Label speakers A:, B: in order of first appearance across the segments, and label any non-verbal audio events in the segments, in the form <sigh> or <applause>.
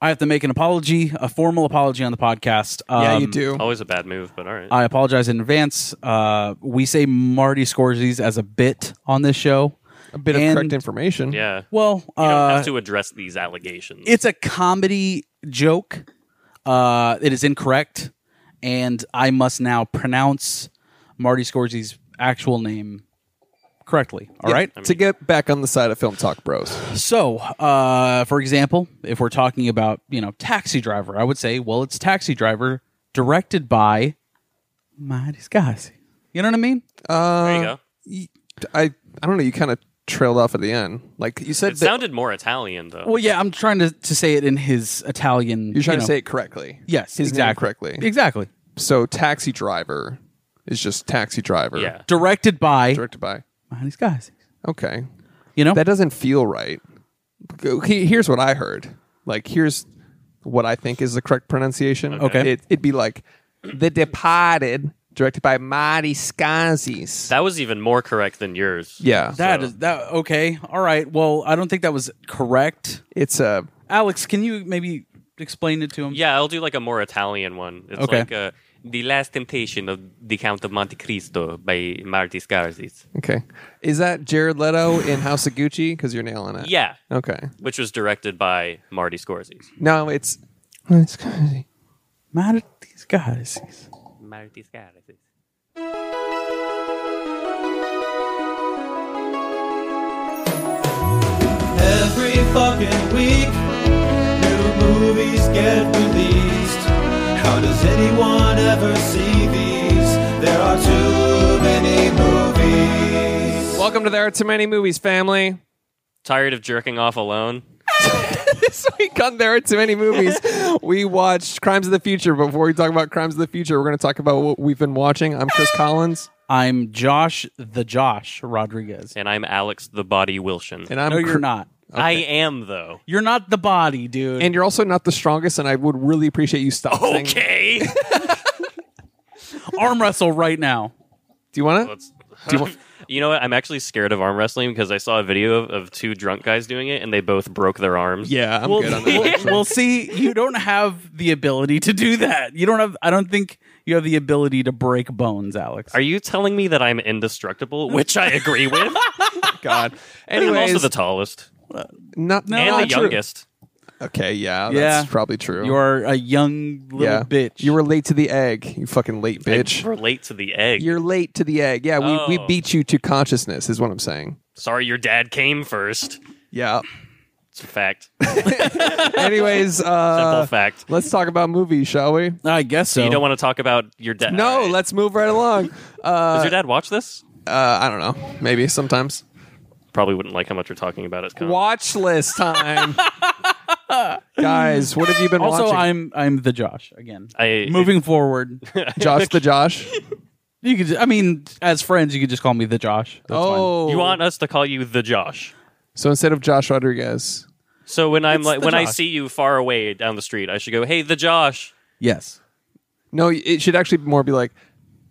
A: I have to make an apology, a formal apology on the podcast.
B: yeah, you
A: Um,
B: do.
C: Always a bad move, but all right.
A: I apologize in advance. Uh, we say Marty Scorsese as a bit on this show.
B: A bit of
A: and-
B: correct information.
C: yeah.
A: Well,
C: You don't
A: uh,
C: have to address these allegations.
A: it's a comedy joke. Uh, it is incorrect, and I must now pronounce Marty Scorsese's actual name correctly. All
B: Yeah,
A: right.
B: to get back on the side of Film Talk Bros.
A: So, uh, for example, if we're talking about you know Taxi Driver, I would say, well, it's Taxi Driver directed by Marty Scorsese. You know what I mean?
C: there you go.
B: I I don't know. You kind of trailed off at the end. Like you said,
C: It
B: that-
C: sounded more Italian though.
A: Well, yeah, I'm trying to, to say it in his Italian.
B: you're trying
A: you
B: to
A: know-
B: say it correctly.
A: yes,
B: his name
A: exactly
B: correctly.
A: Exactly.
B: So taxi driver is just taxi driver.
C: yeah.
A: Directed by
B: Directed by.
A: Marty Scorsese.
B: Okay.
A: You know,
B: That doesn't feel right. Go- he- Here's what I heard. Like here's what I think is the correct pronunciation.
A: Okay.
B: It, it'd be like The Departed, directed by Marty Scorsese.
C: That was even more correct than yours.
B: yeah.
A: That
C: So-
A: is that okay. All right. Well, I don't think that was correct.
B: it's a
A: Alex, can you maybe explain it to him?
C: Yeah, I'll do like a more Italian one. It's
A: Okay.
C: like uh, The Last Temptation of the Count of Monte Cristo by Marty Scorsese.
B: okay. Is that Jared Leto in House of Gucci? Because you're nailing it.
C: Yeah,
B: Okay.
C: which was directed by Marty Scorsese.
B: No, it's it's crazy.
A: Mad at these guys.
C: Marty Scorsese.
D: Every fucking week, new movies get released. How does anyone ever see these? There are too many movies.
B: Welcome to There Are Too Many Movies, family. <laughs>
C: Tired of jerking off alone?
B: this week on There Are Too Many Movies, we watched Crimes of the Future. Before we talk about Crimes of the Future, we're going to talk about what we've been watching. I'm Chris Collins.
A: I'm Josh the Josh Rodriguez.
C: And I'm Alex the Body Wilson.
B: And I'm
A: no, you're
B: Cr-
A: not.
C: I am though.
A: You're not the body, dude.
B: And you're also not the strongest, and I would really appreciate you stopping.
C: Okay. <laughs>
A: arm wrestle right now.
B: Do you want to?
C: Let's- you know what? I'm actually scared of arm wrestling because I saw a video of, of two drunk guys doing it and they both broke their arms.
B: Yeah,
A: <laughs>
B: I'm good on that.
A: we'll, we'll see. You don't have the ability to do that. You don't have. I don't think you have the ability to break bones, Alex.
C: Are you telling me that I'm indestructible? Which I
B: <laughs>
C: agree with.
B: God.
C: I'm
B: Anyways,
C: also the tallest
B: not,
A: No,
C: and
B: not
C: the
B: true.
C: youngest.
B: Okay, yeah,
A: Yeah.
B: that's probably true.
A: You are a young little
B: yeah.
A: bitch.
B: You were late to the egg, you fucking late bitch.
C: I relate to the egg.
B: You're late to the egg. Yeah, we, we
C: Oh.
B: beat you to consciousness, is what I'm saying.
C: Sorry, your dad came first. <laughs>
B: Yeah.
C: It's
B: <laughs>
C: a fact.
B: Anyways,
C: Simple
B: uh,
C: fact.
B: let's talk about movies, shall we?
A: I guess so.
C: You don't want to talk about your dad.
B: No,
C: right?
B: let's move right
C: <laughs>
B: along.
C: Does your dad watch this?
B: Uh, I don't know. Maybe sometimes.
C: Probably wouldn't like how much we're talking about it. Colin.
B: Watch list
C: <laughs>
B: time. Guys, what have you been
A: also,
B: watching?
A: I'm I'm the Josh again.
C: I-
A: Moving
C: <laughs>
A: forward,
B: Josh the Josh.
A: you could. I mean, as friends, you could just call me the Josh. That's fine.
B: oh.
C: You want us to call you the Josh?
B: So instead of Josh Rodriguez,
C: So when I'm
A: It's
C: like
A: the
C: when I
A: Josh.
C: see you far away down the street, I should go, "Hey, the Josh."
A: yes,
B: no, it should actually more be like,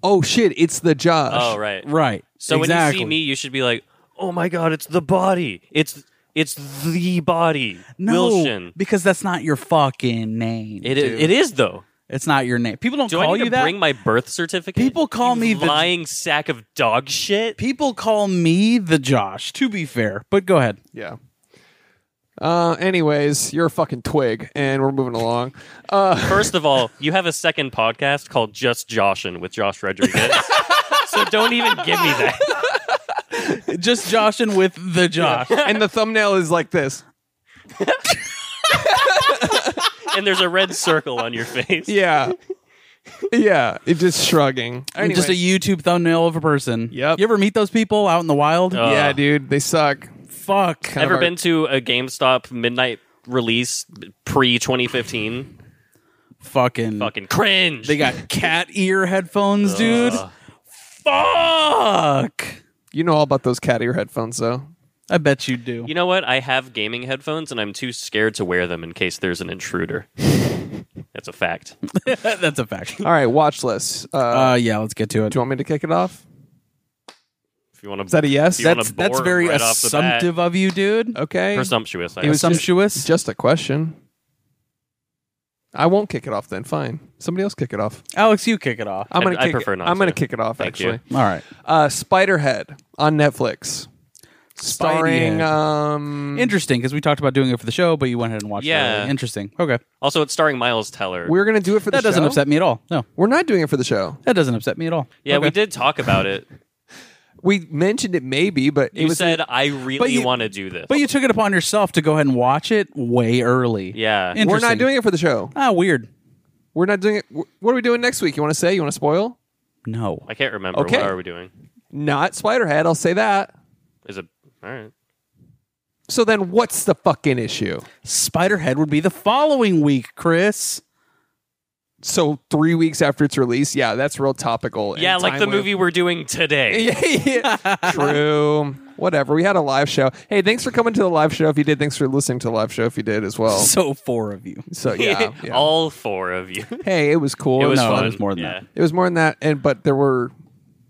B: oh shit, it's the Josh.
C: Oh, right.
A: right.
C: So when you
A: Exactly.
C: see me, you should be like, "Oh my god, it's the body. It's it's the body."
A: no,
C: Wilson.
A: because that's not your fucking name.
C: It is, it is though.
A: It's not your name. People don't
C: Do
A: call
C: I need
A: you
C: to
A: that.
C: bring my birth certificate?
A: People call
C: You
A: me the-
C: lying sack of dog shit.
A: People call me the Josh. To be fair, but go ahead.
B: Yeah. Uh, anyways, you're a fucking twig, and we're moving
C: <laughs>
B: along. Uh,
C: First of all, you have a second podcast called Just Joshin with
A: <laughs>
C: Josh Rodriguez. so don't even give me that.
A: Just Joshin with
C: <laughs>
A: the Josh.
B: and the thumbnail is like this.
C: And there's a red circle on your face.
B: Yeah. Yeah, it just shrugging.
A: I'm Just a YouTube thumbnail of a person.
B: Yep.
A: You ever meet those people out in the wild?
C: Uh,
B: yeah, dude, they suck.
A: Fuck.
B: of
C: Ever
B: our-
C: been to a GameStop midnight release pre 2015?
A: Fucking.
C: Fucking cringe.
A: They got cat ear headphones, dude. Fuck.
B: You know all about those cat ear headphones, though.
A: I bet you do.
C: You know what? I have gaming headphones, and I'm too scared to wear them in case there's
B: <laughs>
C: an intruder. That's a fact.
A: <laughs> That's a fact.
B: All right, watch list. Uh,
A: Uh, yeah, let's get to it.
B: do you want me to kick it off?
C: If you want to,
B: Is that a yes?
C: If you wanna
A: That's that's
C: bore
A: very
C: right off the bat.
A: assumptive of you, dude.
B: Okay.
C: presumptuous. I
B: It was
C: assume.
A: Assumptuous.
B: Just a question. I won't kick it off then. Fine. Somebody else kick it off.
A: Alex, you kick it off.
B: I'm
C: I-
B: gonna.
C: I
B: kick
C: prefer
B: it.
C: not
B: I'm gonna
C: to.
B: kick it off.
C: Thank you.
B: actually,
A: All right.
B: uh, Spiderhead on Netflix, starring.
A: Spideyhead.
B: Um,
A: Interesting, because we talked about doing it for the show, but you went ahead and watched it.
C: Yeah.
A: already. Interesting. Okay.
C: Also, it's starring Miles Teller.
B: we're gonna do it for the
A: That doesn't
B: show?
A: upset me at all. No,
B: We're not doing it for the show.
A: that doesn't upset me at all.
C: yeah, we
A: Okay.
C: did talk about it.
B: We mentioned it maybe, but <laughs> it
C: You
B: was
C: said I
A: But
C: really
A: you-
C: want to do this.
A: But you took it upon yourself to go ahead and watch it way early.
C: Yeah. We're
B: we're not
A: Interesting.
B: doing it for the show.
A: Ah, weird.
B: We're not doing it. What are we doing next week? You want to say? You want to spoil?
A: No.
C: I can't remember.
B: Okay.
C: What are we doing?
B: Not Spiderhead. I'll say that.
C: Is it all right?
B: So then, what's the fucking issue?
A: Spiderhead would be the following week, Chris.
B: So three weeks after its release, yeah, that's real topical. and
C: Yeah, like the
B: timely. <laughs>
C: movie we're doing today.
B: True. Whatever. We had a live show. Hey, thanks for coming to the live show. If you did, thanks for listening to the live show. If you did as
C: <laughs>
B: well.
A: So four of you.
B: So <laughs> yeah. yeah.
C: All four
B: <laughs>
C: of you.
B: hey, it was cool.
C: It was
A: no, it
C: fun.
A: was more than
C: yeah.
B: It was more than that, and but there were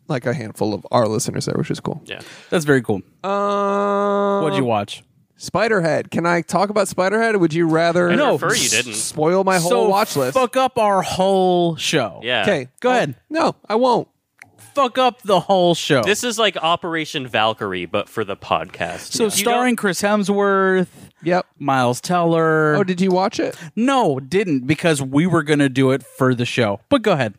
B: like a handful of our listeners there, which is cool.
C: that. Yeah.
A: That's very cool.
B: Um,
A: What'd you watch?
B: Spiderhead. Can I talk about Spiderhead? Or would you rather?
C: No. prefer you didn't.
B: Spoil my whole
A: so
B: watch list.
A: Fuck up our whole show.
C: Yeah.
B: Okay,
A: Go ahead.
B: No, I won't.
A: Fuck up the whole show.
C: This is like Operation Valkyrie, but for the podcast.
A: so
C: You
A: starring Chris Hemsworth,
B: Yep.
A: Miles Teller.
B: Oh, did you watch it?
A: no, didn't because we were gonna do it for the show. But go ahead.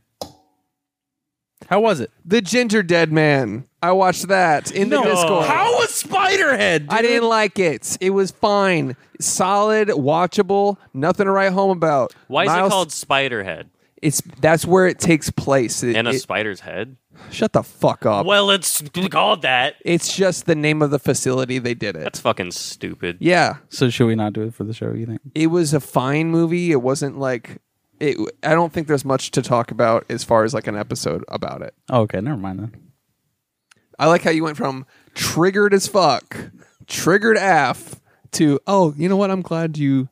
A: How was it?
B: The Ginger Dead Man. I watched that in the Discord.
A: How was Spiderhead?
B: I
A: dude?
B: didn't like it. It was fine, solid, watchable. Nothing to write home about.
C: Why is
B: Miles-
C: it called Spiderhead
B: It's that's where it takes place. It-
C: and a
B: it-
C: spider's head?
B: shut the fuck up.
C: Well, it's called that.
B: It's just the name of the facility they did it.
C: That's fucking stupid.
B: Yeah,
A: So should we not do it for the show? You think?
B: it was a fine movie. It wasn't like it. I don't think there's much to talk about as far as like an episode about it.
A: Oh, okay, never mind then.
B: I like how you went from triggered as fuck, triggered af, to oh, you know what? I'm glad you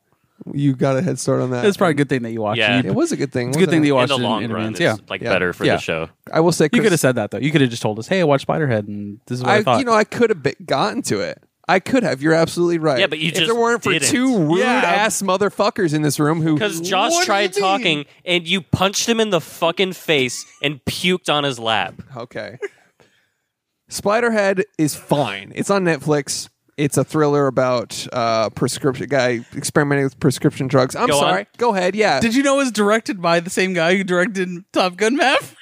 B: you got a head start on that.
A: It's probably a good thing that you watched.
C: Yeah.
A: it.
B: it
A: You-
B: was a good thing.
A: it's a good thing
B: wasn't
A: that
B: it?
A: you
C: In
A: watched
C: the
A: it
C: long
A: in
C: run,
A: advance.
C: it's
A: Yeah,
C: like
B: Yeah.
C: better for
A: Yeah.
C: the show.
B: I will say
A: you could
B: Chris-
A: have said that though. You could have just told us, "Hey, I watched Spiderhead, and this is what I,
B: I,
A: thought."
B: you know, I could have been- gotten to it. I could have. You're absolutely right.
C: Yeah, but you
B: if
C: just
B: there weren't for
C: didn't.
B: two rude
A: Yeah.
B: ass motherfuckers in this room who
C: Because Josh
B: What do
C: tried
B: you mean?
C: talking and you punched him in the fucking face and puked on his lap.
B: Okay. Spiderhead is fine. It's on Netflix. It's a thriller about uh prescription guy experimenting with prescription drugs. I'm
C: Go on.
B: sorry. Go ahead. Yeah.
A: Did you know it was directed by the same guy who directed Top Gun Maverick?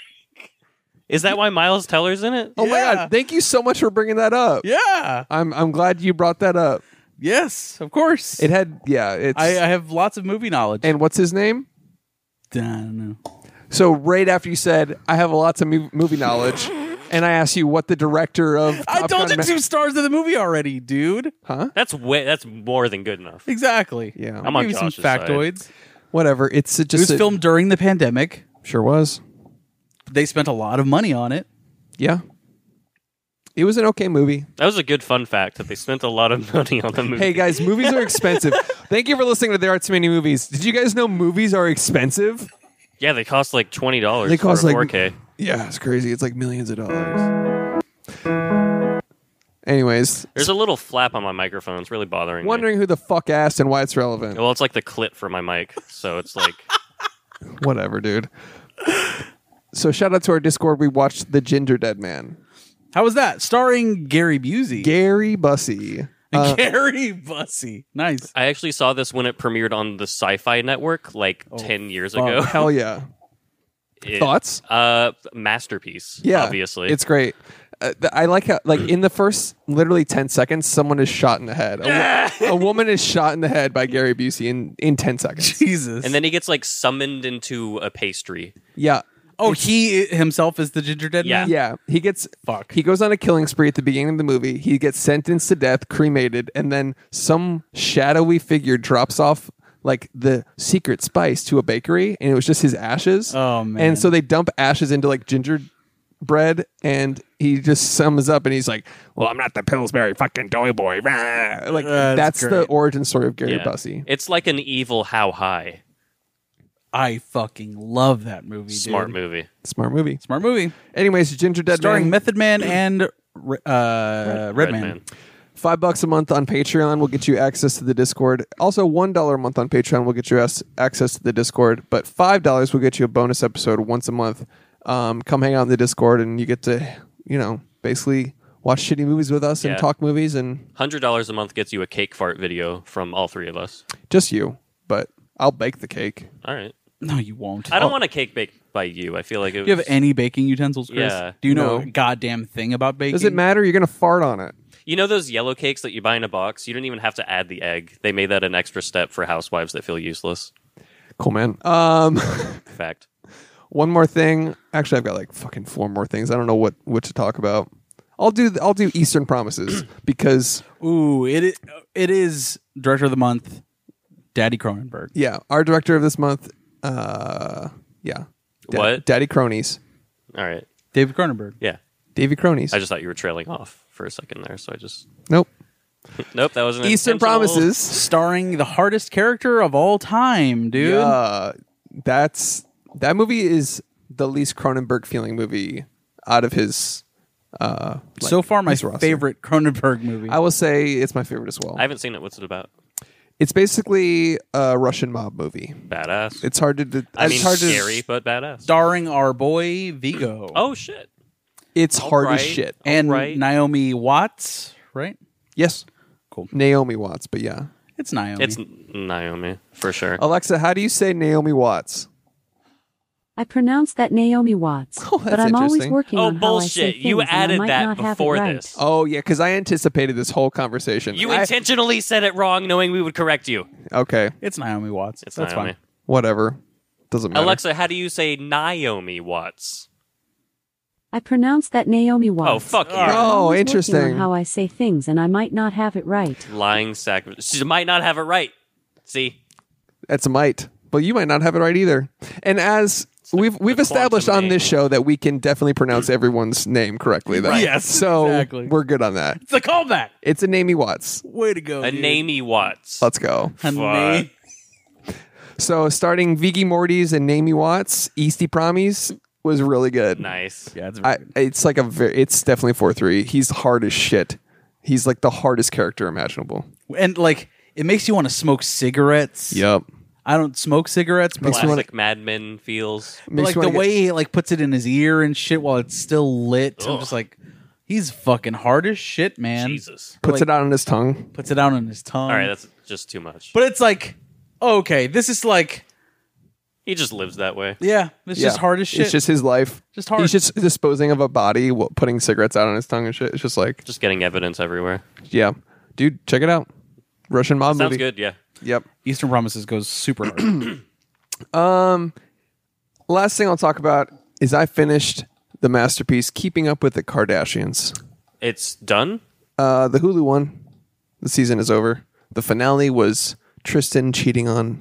C: Is that why Miles Teller's in it?
B: oh my
A: Yeah.
B: god. Thank you so much for bringing that
A: <laughs>
B: up.
A: Yeah.
B: I'm I'm glad you brought that up.
A: Yes, of course.
B: It had yeah, it's
A: I, I have lots of movie knowledge.
B: and what's his name?
A: I don't know.
B: So right after you said I have lots of mov- movie knowledge and I asked you what the director of
A: I
B: Top
A: told you
B: Gun Ma-
A: two stars of the movie already, dude.
C: That's way. That's more than good enough.
A: Exactly.
B: Yeah.
A: i
B: I'm
C: on
A: give you some
C: Josh's side.
A: factoids.
B: whatever. It's a-
A: It
B: just
A: was
B: a-
A: filmed during the pandemic.
B: sure was.
A: They spent a lot of money on it.
B: Yeah. It was an okay movie.
C: That was a good fun fact that they spent a lot of <laughs> money on the movie.
B: Hey guys, movies are expensive. <laughs> Thank you for listening to There Are Too Many Movies. Did you guys know movies are expensive?
C: yeah, they cost like twenty dollars.
B: They cost
C: for a
B: like-
C: 4K.
B: Yeah, it's crazy. It's like millions of dollars. Anyways,
C: There's a little flap on my microphone. It's really bothering
B: wondering who the fuck asked and why it's relevant.
C: me. Well, it's like the clit for my mic, so it's <laughs> like
B: Whatever, dude. So shout out to our Discord. We watched The Ginger Dead Man.
A: How was that? Starring Gary Busey.
B: Gary Bussey.
A: <laughs> Gary Busey. Nice.
C: I actually saw this when it premiered on the Sci-Fi Network like ten years ago. <laughs>
B: Hell yeah.
C: It-
B: Thoughts?
C: Uh, masterpiece.
B: Yeah,
C: obviously.
B: it's great. Uh, th- I like how, like in the first literally ten seconds, someone is shot in the head. A, wo- a woman is shot in the head by Gary Busey in in
A: <laughs>
B: ten seconds.
A: Jesus.
C: and then he gets like summoned into a pastry.
B: Yeah,
A: oh, he i- himself is the ginger dead
C: Yeah.
A: man?
B: yeah. He gets
A: Fuck.
B: He goes on a killing spree at the beginning of the movie. He gets sentenced to death, cremated, and then some shadowy figure drops off like the secret spice to a bakery, and it was just his ashes.
A: Oh, man.
B: And so they dump ashes into like ginger bread, and he just sums up, and he's like, "Well, I'm not the Pillsbury fucking doughy boy." rah." <laughs> Like that's,
A: That's
B: the
A: great.
B: origin story of Gary
C: Yeah.
B: Busey.
C: It's like an evil how high.
A: I fucking love that movie. dude.
C: Smart movie.
B: Smart movie.
A: Smart movie.
B: Anyways, Ginger Dead
A: Starring
B: Man,
A: Method Man and uh, Redman.
C: Red
A: Red
C: Man.
A: Man.
B: five bucks a month on Patreon will get you access to the Discord. Also, one dollar a month on Patreon will get you as- access to the Discord, but five dollars will get you a bonus episode once a month. Um, come hang out in the Discord, and you get to, you know, basically watch shitty movies with us
C: Yeah.
B: and talk movies and
C: Hundred dollars a month gets you a cake fart video from all three of us.
B: just you. But I'll bake the cake.
C: All right.
A: No, you won't. Oh,
C: I don't
B: Oh.
C: want a cake baked by you. I feel like it was,
A: Do you have any baking utensils, Chris?
C: Yeah.
A: Do you know
B: No.
A: a goddamn thing about baking?
B: Does it matter? You're gonna fart on it.
C: You know those yellow cakes that you buy in a box? You don't even have to add the egg. They made that an extra step for housewives that feel useless.
B: Cool, man. Um, <laughs>
C: Fact.
B: one more thing. Actually, I've got like fucking four more things. I don't know what what to talk about. I'll do I'll do Eastern Promises <clears throat> because
A: Ooh, it is, it is director of the month, Daddy Cronenberg.
B: yeah, our director of this month, uh, yeah, Da-
C: What?
B: Daddy Cronies,
C: All right.
A: David Cronenberg.
C: Yeah.
B: Davy Cronies.
C: I just thought you were trailing off for a second there, so I just
B: nope.
C: nope. That was an
B: Eastern
C: intentional-
B: Promises.
A: Starring the hardest character of all time, dude.
B: Uh, that's that movie is the least Cronenberg feeling movie out of his. Uh, like,
A: so far, my
B: his roster.
A: favorite Cronenberg movie.
B: I will say it's my favorite as well.
C: I haven't seen it. What's it about?
B: It's basically a Russian mob movie.
C: Badass.
B: It's hard to. It's
C: I mean,
B: hard to-
C: scary but badass.
A: starring our boy Vigo
C: Oh shit.
B: It's hard as
C: right.
B: shit.
A: and
C: alright.
A: Naomi Watts, right?
B: Yes.
A: Cool.
B: Naomi Watts, but yeah.
A: It's Naomi.
C: It's N- Naomi for sure.
A: Oh,
B: Alexa, how do you say Naomi Watts?
E: I pronounce that Naomi Watts,
B: <laughs> Oh, that's
E: but I'm always
B: interesting.
E: working
C: Oh,
E: on how I say
C: bullshit.
E: things
C: You
E: and
C: added
E: I might
C: that
E: not have it
C: before
E: right.
C: this.
B: Oh yeah, because I anticipated this whole conversation.
C: You
B: I-
C: intentionally said it wrong, knowing we would correct you.
B: okay,
A: It's Naomi Watts.
C: It's
A: That's
C: Naomi.
A: fine.
B: whatever. Doesn't matter.
C: Alexa, how do you say Naomi Watts?
E: I pronounce that Naomi Watts.
C: Oh fuck you.
E: but I'm
B: Oh,
E: always working
B: interesting.
E: On how I say things and I might not have it right.
C: lying sacrament. She might not have it right. See,
B: That's a might. But you might not have it right either. And as we've we've
C: the
B: established
C: quantum
B: on this
C: name.
B: show that we can definitely pronounce everyone's name correctly. Though.
A: Yes,
B: so
A: exactly.
B: we're good on that.
A: It's a callback.
B: It's a Naomi Watts.
A: Way to go.
C: a
A: Oh, dude.
C: Naomi Watts.
B: Let's go.
A: <laughs> A
C: Fuck.
A: na-
B: So starting Viggy Morty's and Naomi Watts, Eastie Promies was really good.
C: nice.
A: Yeah, it's
B: I, it's like a very, it's definitely four three. He's hard as shit. He's like the hardest character imaginable.
A: and like it makes you want to smoke cigarettes.
B: Yep.
A: I don't smoke cigarettes, but
C: Classic
A: like,
B: wanna-
C: Mad Men feels.
A: but, like, the way he like puts it in his ear and shit while it's still lit. I'm just like, he's fucking hard as shit, man.
C: Jesus.
B: puts
A: like-
B: it out on his tongue.
A: Puts it out on his tongue.
C: All right, that's just too much.
A: but it's like, okay, this is like,
C: he just lives that way.
A: yeah, this is
B: Yeah.
A: hard as shit.
B: It's just his life.
A: Just hard.
B: He's just disposing of a body, wh- putting cigarettes out on his tongue and shit. It's just like,
C: Just getting evidence everywhere.
B: yeah, dude, check it out. Russian mob
C: Sounds
B: movie.
C: good. Yeah.
B: Yep.
A: Eastern Promises goes super hard.
B: Last thing I'll talk about is I finished the masterpiece "Keeping Up with the Kardashians."
C: It's done.
B: Uh, the Hulu one. The season is over. The finale was Tristan cheating on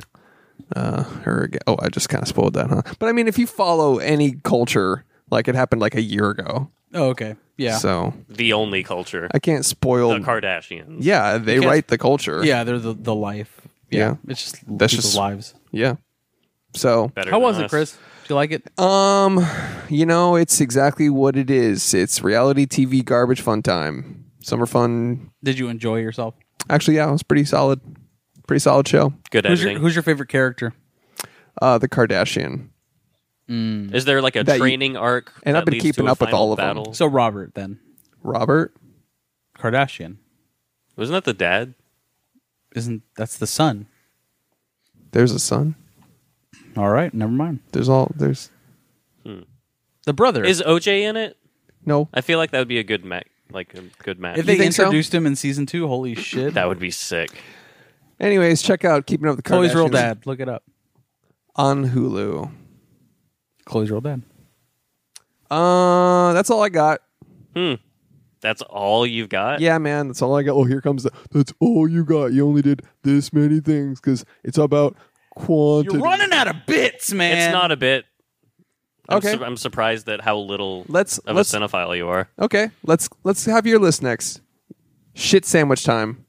B: uh, her again. Oh, I just kind of spoiled that, huh? But I mean, if you follow any culture, like it happened like a year ago,
A: oh, okay, yeah,
B: so
C: The only culture.
B: I can't spoil.
C: the Kardashians.
B: yeah, they
A: can't-
B: write the culture.
A: yeah, they're the the life.
B: Yeah.
A: it's just
B: That's
A: people's
B: just-
A: lives.
B: yeah. So
C: Better
A: How
C: than
A: was it,
C: us.
A: Chris? Do you like it?
B: um, you know, it's exactly what it is. It's reality TV garbage fun time. Summer fun.
A: Did you enjoy yourself?
B: Actually, yeah, it was pretty solid. Pretty solid show.
C: Good
A: Who's your,
C: editing.
A: who's your favorite character?
B: Uh, the Kardashian.
C: Is there like a
B: That you-
C: training arc?
B: And I've
C: that
B: been
C: leads to
B: keeping
C: a
B: up with
C: final
B: all of them.
C: battle?
A: So Robert then
B: Robert.
A: Kardashian.
C: Wasn't that the dad?
A: Isn't that's the son?
B: There's a son.
A: All right, never mind.
B: There's all. There's
A: The brother.
C: Is OJ in it?
B: no.
C: I feel like that would be a good match. Like a good match.
A: if they
B: think so?
A: introduced him in season two, holy shit!
C: that would be sick.
B: Anyways, check out Keeping Up with the Kardashians.
A: Chloe's real dad. Look it up.
B: on Hulu.
A: Chloe's real dad.
B: Uh, that's all I got.
C: That's all you've got.
B: Yeah, man, that's all I got. Oh, here comes the. That's all you got. You only did this many things because it's about quantity.
A: You're running out of bits, man.
C: It's not a bit. I'm
B: Okay.
C: sur- I'm surprised at how little
B: Let's-
C: of
B: let's-
C: a cinephile you are.
B: Okay, let's let's have your list next. Shit sandwich time.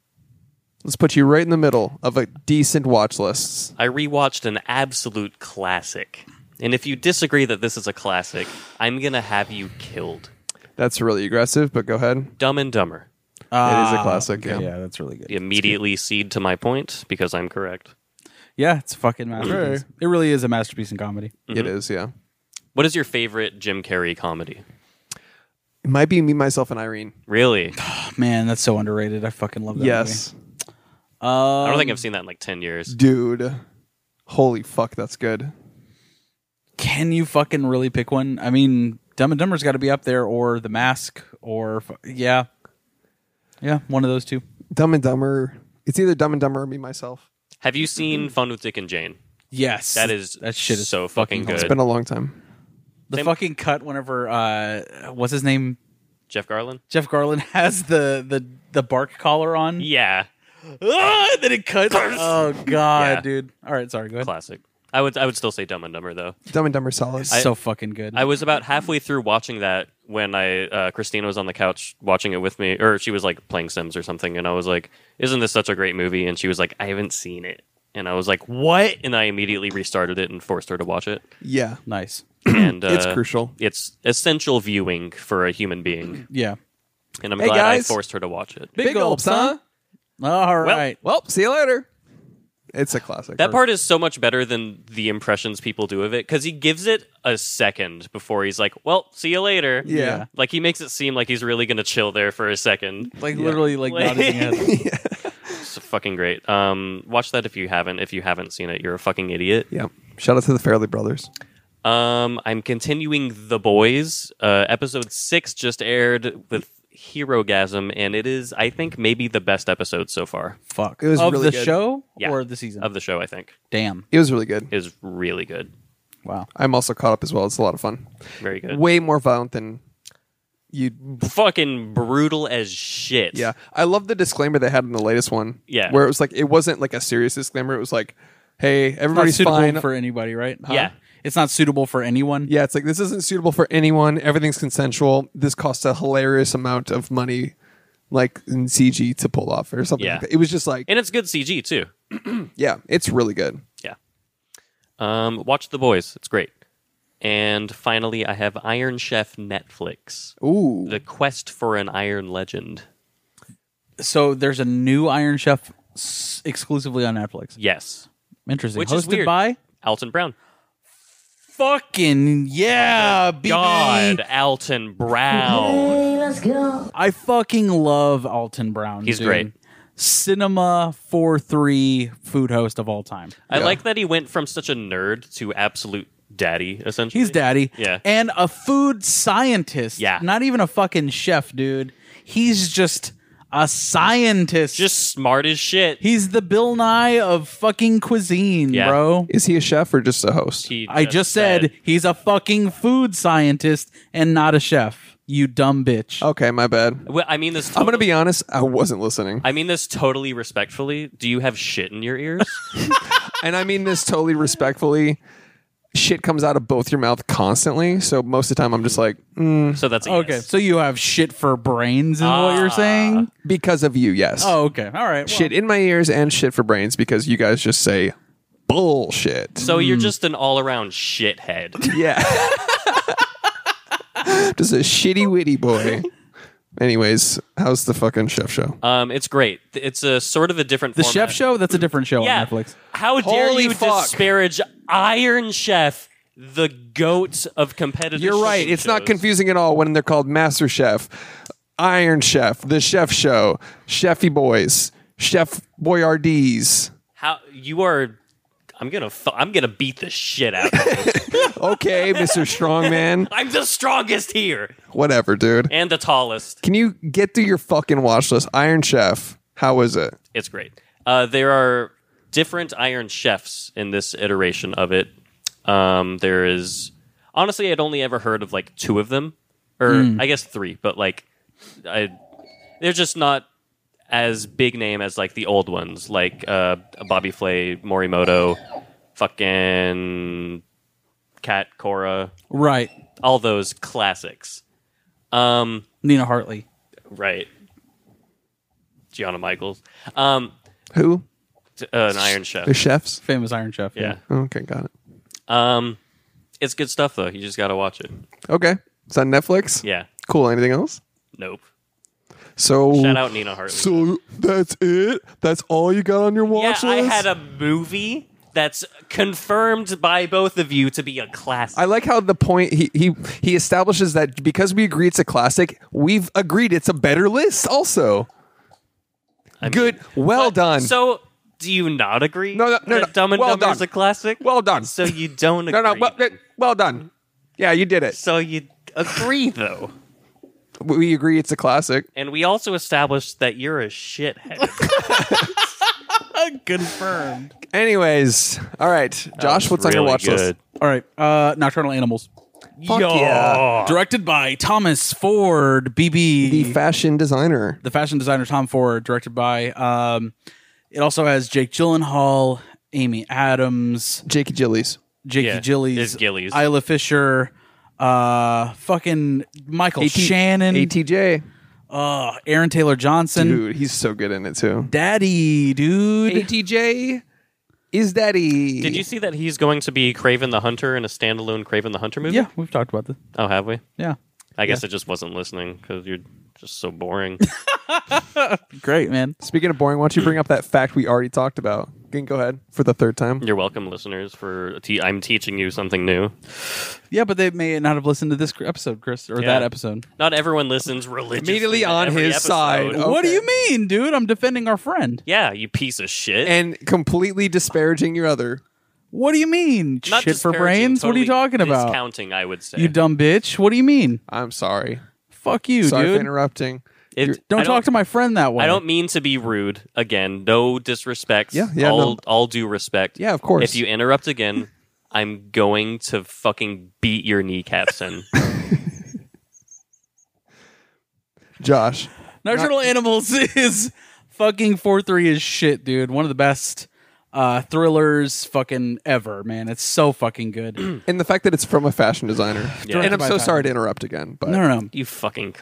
B: Let's put you right in the middle of a decent watch list.
C: I rewatched an absolute classic. And if you disagree that this is a classic, I'm going to have you killed.
B: That's really aggressive, but go ahead.
C: Dumb and Dumber.
B: it is a
A: Ah,
B: classic.
A: okay,
B: yeah.
A: yeah, that's really good.
C: Immediately cede to my point because I'm correct.
A: Yeah, it's a fucking masterpiece. It really is a masterpiece in comedy.
B: It is. Yeah.
C: What is your favorite Jim Carrey comedy?
B: It might be me, myself, and Irene.
C: Really?
A: Oh, man, that's so underrated. I fucking love that.
B: yes,
A: movie. Um,
C: I don't think I've seen that in like 10 years.
B: dude. Holy fuck, that's good.
A: Can you fucking really pick one? I mean, Dumb and Dumber's got to be up there, or The Mask, or fu- yeah, yeah, one of those two.
B: Dumb and Dumber. It's either Dumb and Dumber or me, myself.
C: Have
B: mm-hmm.
C: you seen Fun with Dick and Jane?
A: Yes,
C: That is
A: that shit is
C: so fucking
A: hilarious.
C: good.
B: It's been a long time.
A: The
C: Same-
A: fucking cut whenever uh, what's his name?
C: Jeff Garland?
A: Jeff Garland <laughs> has the the the bark collar on.
C: <gasps> Yeah.
A: Ah, and then it cuts. Oh god,
C: Yeah.
A: dude. All right, sorry. Go ahead.
C: Uh, Classic. I would I would still say Dumb and Dumber though.
B: Dumb and Dumber solid.
A: so fucking good.
C: I was about halfway through watching that when I uh, Christina was on the couch watching it with me, or she was like playing Sims or something, and I was like, "Isn't this such a great movie?" And she was like, "I haven't seen it," and I was like, "What?" And I immediately restarted it and forced her to watch
B: <clears throat>
C: it.
B: yeah.
A: nice.
C: And uh,
B: It's crucial.
C: It's essential viewing for a human being,
A: Yeah.
C: and I'm
B: Hey,
C: glad
B: guys.
C: I forced her to watch it.
A: Big, gulps, huh? All right.
B: Well, see you later. It's a classic.
C: That part is so much better than the impressions people do of it because he gives it a second before he's like, "Well, see you later."
B: Yeah.
C: like he makes it seem like he's really gonna chill there for a second.
A: like literally, like
C: <laughs> Like-
A: nodding his head.
C: It's fucking great. Um, watch that if you haven't. If you haven't seen it, you're a fucking idiot.
B: Yeah. Shout out to the Fairley Brothers.
C: Um, I'm continuing The Boys. Uh, episode six just aired with Hero Gasm, and it is, I think, maybe the best episode so far
A: Fuck.
B: It was
A: of
B: really
A: the
B: good.
A: show
C: Yeah.
A: or the season.
C: of the show. I think
A: Damn.
B: It was really good.
C: is really good.
A: Wow.
B: I'm also caught up as well. It's a lot of fun.
C: Very good.
B: Way more violent than you.
C: Fucking brutal as shit.
B: Yeah, I love the disclaimer they had in the latest one.
C: Yeah.
B: where it was like it wasn't like a serious disclaimer. It was like, hey,
A: Not
B: everybody's
A: suitable
B: fine.
A: for anybody, right? Huh?
C: Yeah.
A: It's not suitable for anyone.
B: yeah, it's like this isn't suitable for anyone. Everything's consensual. This costs a hilarious amount of money, like in CG to pull off or something.
C: Yeah.
B: like that. It was just like,
C: and it's good CG too.
B: yeah, it's really good.
C: Yeah. Um, watch The Boys. It's great. And finally, I have Iron Chef Netflix.
B: Ooh,
C: The Quest for an Iron Legend.
A: So there's a new Iron Chef s- exclusively on Netflix.
C: Yes.
A: Interesting.
C: Which
A: Hosted
C: is weird.
A: by
C: Alton Brown.
A: fucking yeah, baby.
C: God, Alton
A: <laughs>
C: Brown.
A: I fucking love Alton Brown.
C: He's
A: dude.
C: great.
A: Cinema four three food host of all time.
C: I like that he went from such a nerd to absolute daddy, essentially.
A: He's daddy.
C: Yeah.
A: And a food scientist.
C: Yeah.
A: Not even a fucking chef, dude. He's just a scientist.
C: Just smart as shit.
A: he's the Bill Nye of fucking cuisine,
C: Yeah.
A: bro.
B: is he a chef or just a host?
C: He
A: I just said, he's a fucking food scientist and not a chef. You dumb bitch.
B: okay, my bad.
C: Well, I mean this.
B: I'm gonna
C: totally-
B: be honest. I wasn't listening,
C: <laughs> I mean this totally respectfully. Do you have shit in
A: <laughs>
C: your ears?
B: and I mean this totally respectfully. Shit comes out of both your mouth constantly, so most of the time I'm just like, "Mm,
C: so that's a
A: Okay,
C: yes. Ah.
A: so you have shit for brains, is what you're saying?
B: because of you, yes.
A: Oh, okay. All right. well,
B: shit in my ears and shit for brains because you guys just say bullshit.
C: So
A: Hmm.
C: you're just an all-around shithead.
B: yeah. <laughs> just a shitty witty boy. Anyways, how's the fucking chef show?
C: Um, it's great. It's a sort of a different.
A: the
C: format.
A: chef show? That's a different show
C: Yeah.
A: on Netflix.
C: How dare
B: Holy
C: you
B: fuck.
C: disparage Iron Chef, the goat of competitive?
B: You're right.
C: cooking
B: It's not
C: shows?
B: confusing at all when they're called Master Chef, Iron Chef, The Chef Show, Chefy Boys, Chef Boyardees.
C: How you are? I'm gonna. Fu- I'm gonna beat the shit out. of you.
B: Okay, Mr. Strongman.
C: I'm the strongest here
B: Whatever, dude.
C: and the tallest.
B: Can you get through your fucking watch list? Iron Chef. How is it?
C: It's great. Uh, there are different Iron Chefs in this iteration of it. Um, there is honestly, I'd only ever heard of like two of them, or I guess three, but like, I they're just not as big name as like the old ones, like uh, Bobby Flay, Morimoto, fucking Cat Cora,
A: Right.
C: all those classics. Um,
A: Nina Hartley.
C: right. Gianna Michaels. Um,
B: Who?
C: t- uh, an Iron Chef.
B: The chefs?
A: Famous Iron Chef.
C: Yeah.
B: Okay, got it.
C: Um, it's good stuff though. You just got to watch it.
B: Okay. It's on Netflix?
C: Yeah.
B: Cool. Anything else?
C: Nope.
B: So
C: Shout out Nina Hartley.
B: So that's it? That's all you got on your
C: yeah,
B: watch
C: I
B: list?
C: had a movie that's confirmed by both of you to be a classic.
B: I like how the point he, he he establishes that because we agree it's a classic, we've agreed it's a better list also.
C: I mean-
B: Good. Well
C: But-
B: done.
C: So, do you not agree?
B: No, no, no,
C: that
B: no.
C: Dumb and
B: Well
C: Dumber is
B: done.
C: a classic.
B: Well done.
C: So you
B: <laughs>
C: don't
B: no,
C: agree.
B: no, well, well done. Yeah, you did it.
C: so you agree though,
B: We agree it's a classic.
C: and we also established that you're a <laughs> shithead.
A: Confirmed.
B: Anyways, all right, Josh, what's on your watch list?
A: All right. Uh, Nocturnal Animals.
B: Fuck yeah.
A: Directed by Thomas Ford, BB.
B: The fashion designer.
A: the fashion designer Tom Ford, directed by. Um, it also has Jake Gyllenhaal, Amy Adams,
B: Jakey Gillies.
A: Jakey
C: Yeah,
A: Gillies,
C: it's Gillies.
A: Isla Fisher, uh, fucking Michael Shannon,
B: ATJ.
A: uh, Aaron Taylor Johnson,
B: Dude, he's so good in it too.
A: Daddy, dude.
B: ATJ is daddy.
C: Did you see that he's going to be Craven the Hunter in a standalone Craven the Hunter movie?
A: Yeah, we've talked about this.
C: Oh, have we?
A: Yeah,
C: I guess I just wasn't listening because you're just
A: <laughs>
C: so boring.
A: great man.
B: Speaking of boring, why don't you bring up that fact we already talked about? You can go ahead for the third time.
C: you're welcome, listeners. For te- I'm teaching you something new.
A: Yeah, but they may not have listened to this episode, Chris, or
C: Yeah.
A: that episode.
C: Not everyone listens religiously.
B: Immediately
C: to
B: on
C: every
B: his
C: episode.
B: side. Oh.
A: What do
B: Okay.
A: you mean, dude? I'm defending our friend.
C: Yeah, you piece of shit.
B: And completely disparaging your other.
A: What do you mean?
C: Not
A: Shit for
C: disparaging,
A: brains? what are you
C: totally
A: talking about?
C: Discounting, I would say.
A: You dumb bitch. What do you mean?
B: I'm sorry.
A: Fuck you,
B: sorry for
A: dude.
B: interrupting.
C: It-
B: You're-
A: Don't
C: I
A: talk to my friend that way.
C: I don't mean to be rude. Again, no disrespect.
B: Yeah, yeah,
C: All,
B: no.
C: all due respect.
B: Yeah, of course.
C: If you interrupt again, I'm going to fucking beat your
A: <laughs>
C: kneecaps in.
B: Josh.
A: Nocturnal Animals <laughs> is fucking four three is shit, dude. One of the best uh, thrillers fucking ever, man. It's so fucking good. <clears throat> no,
B: And the fact that it's from a fashion designer.
C: Yeah.
B: And I'm
A: By
B: so
A: fashion.
B: sorry to interrupt again, but
A: no, no.
C: you fucking.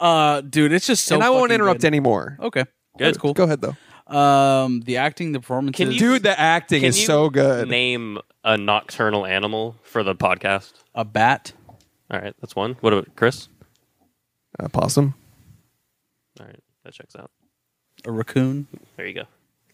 A: Uh, dude, it's just so.
B: and I won't
A: fucking
B: interrupt
A: good.
B: anymore.
A: Okay, that's cool.
B: Go ahead though.
A: Um, the acting, the performances.
C: Can you-
B: Dude, the acting
C: Can
B: is
C: you
B: so good.
C: Name a nocturnal animal for the podcast.
A: a bat.
C: All right, that's one. What about Chris?
B: Uh, possum.
C: All right, that checks out.
A: A raccoon.
C: There you go.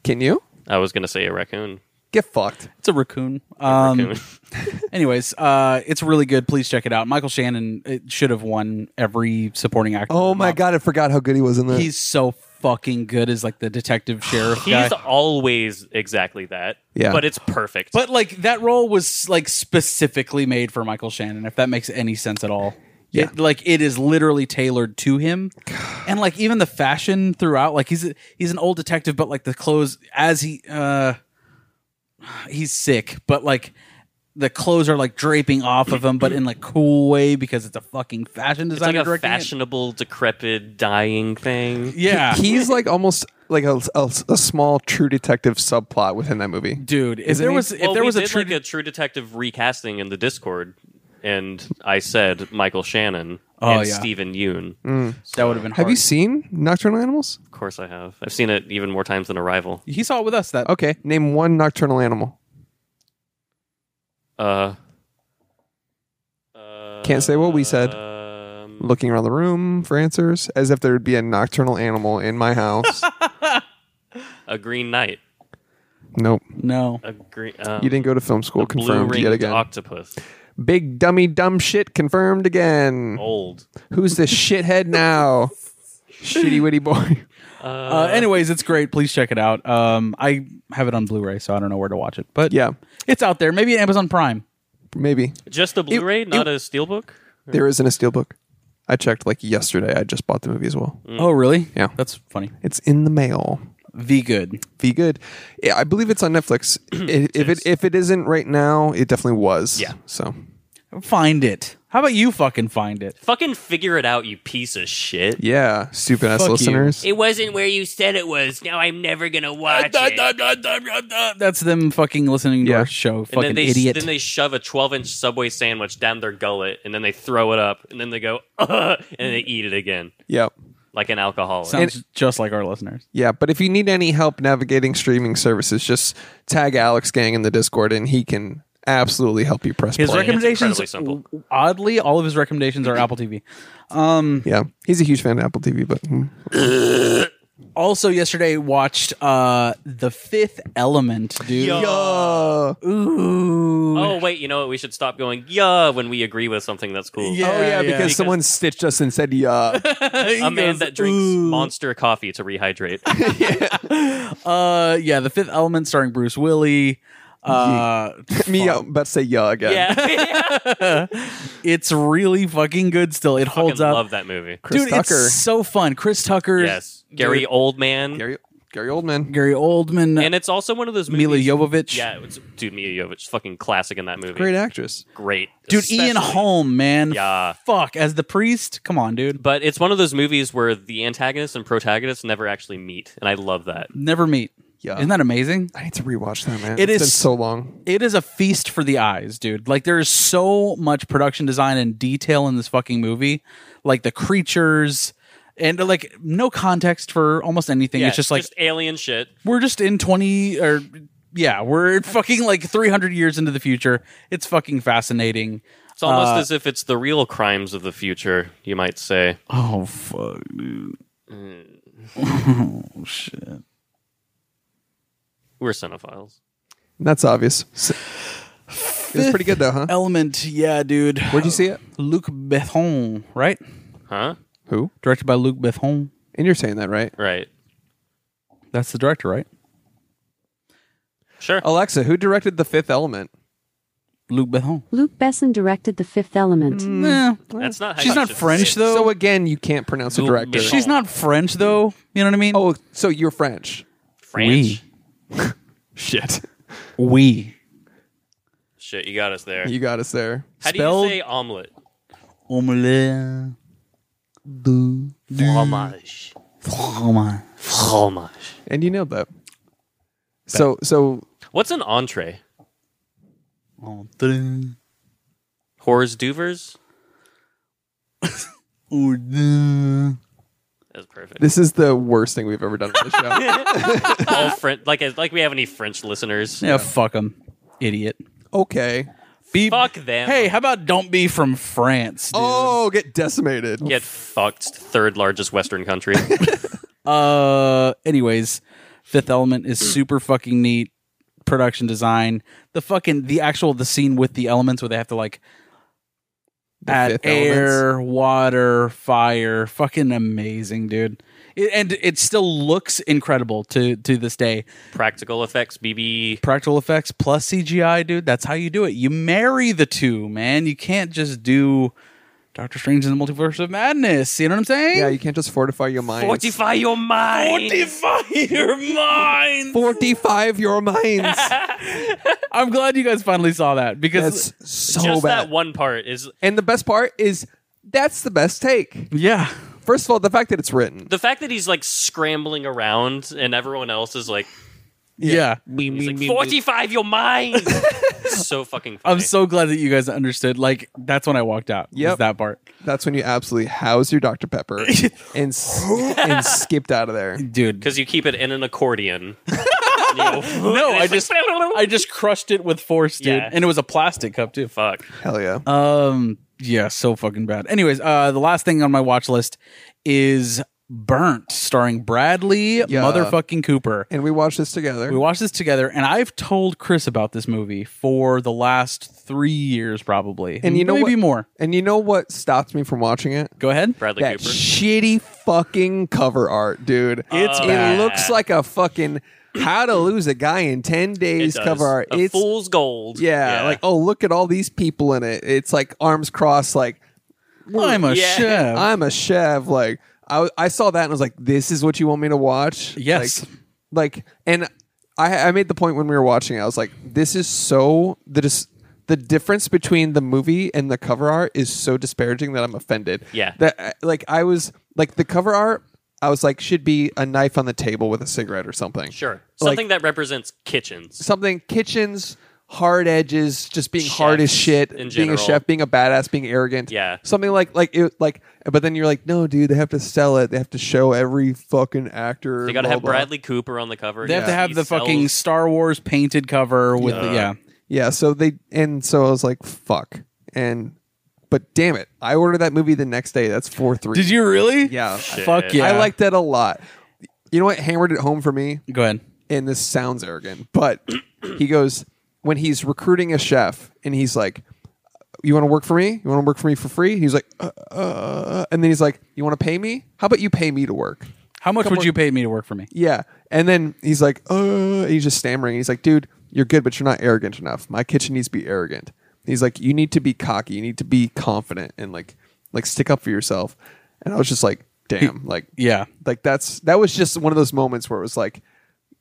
B: Can you?
C: I was gonna say a raccoon.
B: Get fucked.
A: It's a raccoon. Um,
C: Raccoon.
A: <laughs> anyways, uh, it's really good. Please check it out. Michael Shannon it should have won every supporting actor.
B: Oh my god, I forgot how good he was in that.
A: he's so fucking good as like the detective sheriff guy.
C: <laughs> He's always exactly that.
B: Yeah.
C: but it's perfect.
A: But like that role was like specifically made for Michael Shannon, if that makes any sense at all.
B: Yeah.
A: It, like it is literally tailored to him, and like even the fashion throughout. Like he's a, he's an old detective, but like the clothes as he uh he's sick, but like the clothes are like draping off of him, but in like cool way because it's a fucking fashion
C: it's like
A: designer
C: a
A: directing it.
C: fashionable, decrepit, dying thing.
A: Yeah,
B: He's like almost like a, a, a small true detective subplot within that movie.
A: dude. If
B: Isn't
A: there
B: he?
A: was if
C: well,
A: there
C: we
A: was a
C: did,
A: true
C: like a True Detective recasting in the Discord, and I said Michael Shannon
A: Oh,
C: and
A: yeah. Mm.
C: Stephen Yoon.
A: that would have been.
B: Have you
A: hard.
B: seen Nocturnal Animals?
C: Of course, I have. I've seen it even more times than Arrival.
A: He saw it with us. That
B: Okay, name one nocturnal animal.
C: Uh, uh,
B: Can't say what we said.
C: Um,
B: Looking around the room for answers, as if there would be a nocturnal animal in my house.
C: a Green Knight.
B: nope,
A: no.
C: A green. Um,
B: you didn't go to film school.
C: the
B: Confirmed
C: blue
B: yet again.
C: Octopus.
B: Big dummy dumb shit. Confirmed again.
C: Old.
B: Who's this shithead now? Shitty witty boy. <laughs>
A: Uh, anyways, it's great. Please check it out. Um, I have it on Blu-ray, so I don't know where to watch it, but
B: Yeah,
A: it's out there. Maybe Amazon Prime.
B: maybe
C: Just the Blu-ray, not a steelbook.
B: there isn't a steelbook. I checked like yesterday. I just bought the movie as well.
A: Oh, really?
B: Yeah.
A: that's funny.
B: It's in the mail.
A: V good.
B: be good. Yeah, I believe it's on Netflix. I- if it if it isn't right now, it definitely was.
C: Yeah.
B: So
A: Find it. How about you fucking find it?
C: Fucking figure it out, you piece of shit.
B: Yeah, stupid ass
A: Fuck you.
B: listeners.
C: It wasn't where you said it was. Now I'm never gonna watch it.
A: That's them fucking listening to
B: Yeah.
A: our show.
C: And
A: Fucking
C: then they
A: idiot.
C: then they shove a 12 inch Subway sandwich down their gullet, and then they throw it up, and then they go <laughs> "Ugh," and they eat it again
B: Yep.
C: like an alcoholic.
A: Sounds just like our listeners.
B: Yeah, but if you need any help navigating streaming services, just tag Alex Gang in the Discord and he can absolutely help you press
A: His
B: play.
A: recommendations,
C: incredibly simple.
A: oddly, all of his recommendations are Apple TV.
B: yeah, he's a huge fan of Apple TV, but mm,
A: Also, yesterday watched uh The Fifth Element, dude.
B: Yo.
A: Ooh.
C: oh wait, you know what? We should stop going yeah when we agree with something that's cool.
A: Yeah.
B: oh yeah, because,
A: because-
B: someone stitched us and said yeah.
C: a man that drinks monster coffee to rehydrate.
B: <laughs>
A: Uh, yeah, The Fifth Element, starring Bruce Willie. Uh,
B: Me, I'm about to say yeah again.
C: yeah,
A: it's really fucking good. Still, it
C: fucking
A: holds up.
C: love that movie.
B: Chris
A: Dude,
B: Tucker,
A: it's so fun. Chris Tucker,
C: Yes, Gary Oldman,
B: Gary, Gary Oldman.
A: Gary Oldman,
C: and it's also one of those movies.
A: Mila Jovovich.
C: Yeah, it's, dude, Mila Jovovich, fucking classic in that movie.
B: Great actress.
C: Great.
A: dude, Ian
C: Especially-
A: Holm, man,
C: Yeah.
A: fuck, as the priest. Come on, dude.
C: But it's one of those movies where the antagonist and protagonist never actually meet, and I love that.
A: Never meet.
B: Yeah.
A: Isn't that amazing?
B: I need to rewatch that man.
A: It
B: It's
A: is-
B: been so long.
A: It is a feast for the eyes, dude. Like there is so much production design and detail in this fucking movie, like the creatures. And like no context for almost anything.
C: Yeah,
A: it's just like
C: alien shit.
A: we're just in 20 or yeah we're fucking like 300 years into the future it's fucking fascinating
C: It's
A: uh,
C: almost as if it's the real crimes of the future, you might say.
A: oh fuck dude oh shit
C: We're cinephiles.
B: That's obvious. S- It was pretty good though, huh?
A: element yeah dude
B: Where'd you see it?
A: luc bethon right
C: Huh?
B: Who?
A: directed by luc bethon
B: And you're saying that right?
C: Right.
A: that's the director right
C: Sure.
A: Oh,
B: Alexa, who directed The Fifth Element?
A: luc bethon
E: Luke Besson directed The Fifth Element.
B: Mm.
A: Eh,
C: That's not how
A: she's
C: you
A: not
C: should
A: French
C: say it.
A: though
B: So again, you can't pronounce the
C: Ooh,
B: director.
C: Michel.
A: she's not french though you know what i mean
B: Oh, so you're French?
C: French.
A: Oui.
B: Shit,
A: we
C: Shit, you got us there.
B: you got us there.
C: how do
A: spelled-
C: you say omelet?
A: omelette du
C: Fromage.
A: fromage
C: Fromage.
B: And you know that. So so
C: What's an entree?
A: Entre-
C: Hors d'oeuvres?
A: Or the-
C: That's
A: <laughs>
C: perfect.
B: this is the worst thing we've ever done on the show.
C: All French, like like we have any French listeners.
A: Yeah, fuck them, idiot.
B: okay.
A: Be-
C: Fuck them.
A: Hey, how about don't be from France? Dude?
B: Oh, get decimated.
C: Get fucked, third largest
A: <laughs>
C: Western country.
A: Uh, anyways, Fifth Element is super fucking neat. Production design, the fucking the actual the scene with the elements where they have to like
B: The
A: add
B: fifth elements.
A: air, water, fire. Fucking amazing, dude. It, and it still looks incredible to to this day.
C: Practical effects, BB.
A: practical effects plus CGI, dude. That's how you do it. You marry the two, man. You can't just do Doctor Strange and the Multiverse of Madness. You know what I'm saying?
B: Yeah, you can't just fortify your mind.
C: Fortify your mind.
A: Fortify your mind.
B: Forty-five your minds.
A: I'm glad you guys finally saw that because
B: That's so
C: <laughs> just
B: bad.
C: that one part is
B: And the best part is that's the best take.
A: yeah,
B: First of all, the fact that it's written.
C: the fact that he's like scrambling around and everyone else is like,
A: yeah.
C: he's like 45
A: <laughs>
C: your mind so fucking funny.
A: I'm so glad that you guys understood. Like that's when I walked out. was
B: Yep.
A: that part,
B: That's when you absolutely house your Dr.
C: <laughs>
B: Pepper and s- and skipped out of there.
A: dude.
C: because you keep it in
A: <laughs>
C: an accordion no <laughs>
A: No, I just I just crushed it with force, dude,
C: Yeah.
A: and it was a plastic cup too.
C: fuck
B: Hell yeah.
C: Uh,
A: Um, yeah, so fucking bad. Anyways, uh, the last thing on my watch list is Burnt, starring Bradley motherfucking Cooper.
B: and we watched this together.
A: We watched this together, and I've told Chris about this movie for the last three years, probably,
B: And you know
A: maybe
B: what-
A: more.
B: and you know what stopped me from watching it?
A: Go ahead.
C: bradley
B: that
C: cooper
B: shitty fucking cover art, dude.
C: It's
B: it
C: bad.
B: looks like a fucking how to lose a guy in ten
C: It
B: days
C: does.
B: cover art.
C: A
B: it's
C: fool's gold
B: yeah, like oh look at all these people in it. It's like arms crossed, like
A: I'm a
C: Yeah.
A: chef.
C: <laughs>
B: I'm a chef. Like I w- I saw that and I was like, this is what you want me to watch.
A: Yes.
B: like, like and I I made the point when we were watching. it. I was like, this is so the dis- the difference between the movie and the cover art is so disparaging that I'm offended.
C: Yeah.
B: That like I was like the cover art I was like should be a knife on the table with a cigarette or something.
C: Sure.
B: Like-
C: Something that represents kitchens.
B: something kitchens hard edges just being hard as
C: Chefs
B: shit
C: in
B: being
C: general.
B: a chef being a badass being arrogant
C: Yeah.
B: something like like it like but then you're like no dude they have to sell it they have to show every fucking actor
C: They got to
B: blah,
C: have
B: blah.
C: Bradley Cooper on the cover.
A: They have to
C: He
A: have the
C: sells-
A: fucking Star Wars painted cover with the, yeah.
B: yeah so they and so i was like fuck and but damn it i ordered that movie the next day that's 4-3
A: Did you really?
B: Yeah. Shit.
A: Fuck yeah.
B: i liked that a lot you know what hammered it home for me
A: Go ahead.
B: and this sounds arrogant, but he goes when he's recruiting a chef and he's like, "You want to work for me? You want to work for me for free?" He's like, uh, uh, and then he's like, "You want to pay me? How about you pay me to work?"
A: How much would you pay me to work for me?
B: Yeah, and then he's like, "Uh," and he's just stammering. He's like, "Dude, you're good, but you're not arrogant enough. My kitchen needs to be arrogant." He's like, "You need to be cocky. You need to be confident and like like stick up for yourself." And I was just like, "Damn!" Like,
A: Yeah.
B: like that's that was just one of those moments where it was like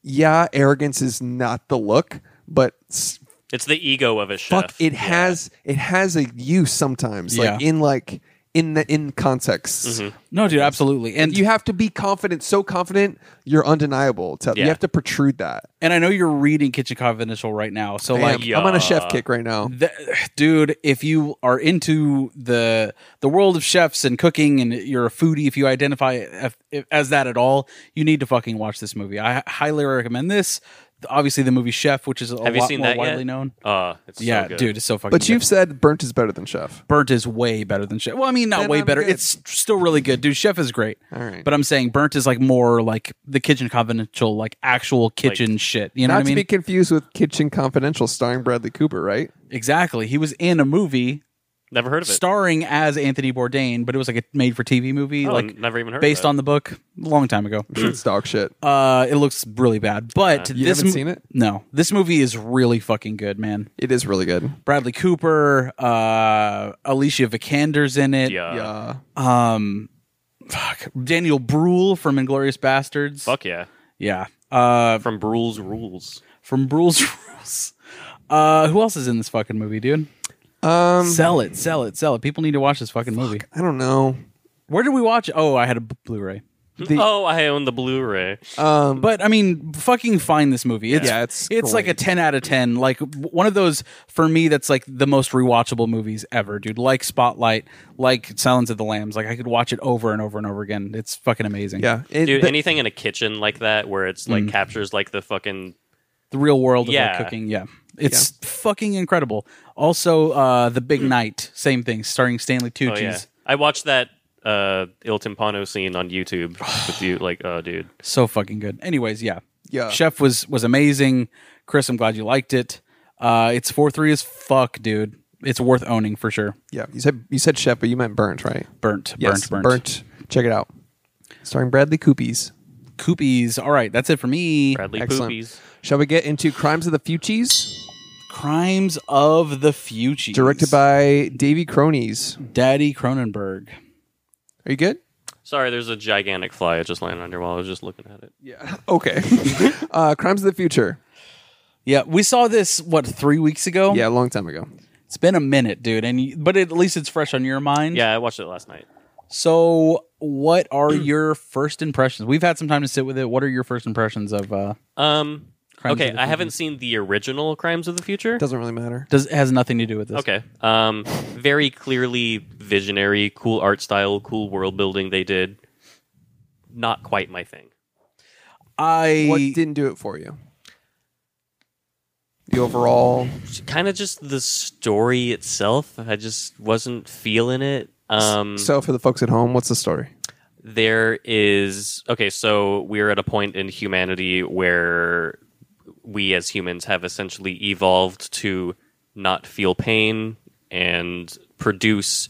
B: yeah arrogance is not the look but s-
C: It's the ego of a chef.
B: fuck it has it has a use sometimes like
A: Yeah.
B: in like in the in contexts
A: No, dude, absolutely. And
B: you have to be confident so confident you're undeniable to, you
C: Yeah.
B: have to protrude that
A: and I know you're reading Kitchen Confidential right now, so
B: I
A: like
B: am- i'm on a chef kick right now
A: Th dude, if you are into the the world of chefs and cooking, and you're a foodie, if you identify af- as that at all, you need to fucking watch this movie. I highly recommend this. Obviously, the movie Chef, which is a
C: Have
A: lot
C: you seen
A: more
C: that
A: widely
C: yet?
A: known.
C: Uh, it's so
A: yeah,
C: good.
A: dude, it's so fucking.
B: but
A: good.
B: you've said burnt is better than chef
A: Burnt is way better than Chef. Well, I mean, not
B: Then
A: way
B: I'm
A: better.
B: good.
A: It's still really good, dude. Chef is great. All
B: right.
A: but I'm saying Burnt is like more like the Kitchen Confidential, like actual kitchen shit. You know
B: not
A: what I
B: to
A: mean?
B: be confused with kitchen confidential starring bradley cooper right
A: exactly. He was in a movie
C: Never heard of it.
A: starring as Anthony Bourdain, but it was like a made for TV movie,
C: Oh,
A: like
C: never even heard of
A: based
C: that.
A: on the book, a long time ago.
B: it's dog shit
A: Uh, it looks really bad, but
B: You
A: this
B: haven't
A: mo-
B: seen it?
A: No, this movie is really fucking good, man.
B: it is really good
A: Bradley Cooper, uh, Alicia Vikander's in it.
C: yeah.
B: yeah
A: Fuck. Daniel Bruhl from Inglorious Bastards.
C: Fuck yeah.
A: Yeah. Uh,
C: From Brule's Rules.
A: from Bruhl's <laughs> Rules. Uh, who else is in this fucking movie, dude? Um, sell it, sell it, sell it. People need to watch this fucking movie.
B: i don't know
A: Where did we watch? it? Oh, I had a b- Blu-ray.
C: oh, I own the Blu-ray.
A: Uh, But I mean, fucking find this movie. It's,
B: Yeah, it's
A: it's like a
B: great.
A: ten out of ten. Like w- one of those for me. That's like the most rewatchable movies ever, dude. Like Spotlight, like Silence of the Lambs. Like I could watch it over and over and over again. It's fucking amazing.
B: yeah it,
C: Dude,
B: the-
C: anything in a kitchen like that where it's like
A: Mm.
C: captures like the fucking
A: the real world of
C: Yeah.
A: like cooking. Yeah, it's fucking incredible. Also, uh, the Big Night, same thing, starring Stanley
C: Oh
A: Tucci.
C: yeah. I watched that uh Il Timpano scene on YouTube with you like oh dude.
A: <sighs> So fucking good. Anyways, yeah,
B: Yeah.
A: Chef was was amazing. Chris, I'm glad you liked it. Uh, it's four three as fuck, dude. It's worth owning for sure.
B: Yeah, you said you said chef, but you meant burnt, right?
A: Burnt, burnt, burnt,
B: Check it out, starring Bradley Coopies.
A: Coopies. All right, that's it for me.
C: Bradley
B: Excellent.
C: Poopies.
B: Shall we get into Crimes of the Fugees?
A: Crimes of the Future,
B: Directed by Davy Cronies.
A: Daddy Cronenberg.
B: Are you good?
C: Sorry, there's a gigantic fly that just landed on your wall. I was just looking at it.
B: <laughs> Okay. uh, Crimes of the Future.
A: Yeah, we saw this what three weeks ago.
B: Yeah, a long time ago.
A: it's been a minute, dude. And you, but at least it's fresh on your mind.
C: Yeah, I watched it last night.
A: So, what are <clears throat> your first impressions? We've had some time to sit with it. What are your first impressions of? uh
C: Um
A: Crimes
C: okay,
A: of the
C: I haven't seen the original Crimes of the Future.
B: Doesn't really matter.
A: Does it has nothing to do with this?
C: Okay. Um, very clearly visionary, cool art style, cool world building they did. Not quite my thing.
A: I
B: What didn't do it for you? The overall.
C: Kind of just the story itself. I just wasn't feeling it. Um,
B: So for the folks at home, what's the story?
C: there is okay so we're at a point in humanity where we as humans have essentially evolved to not feel pain and produce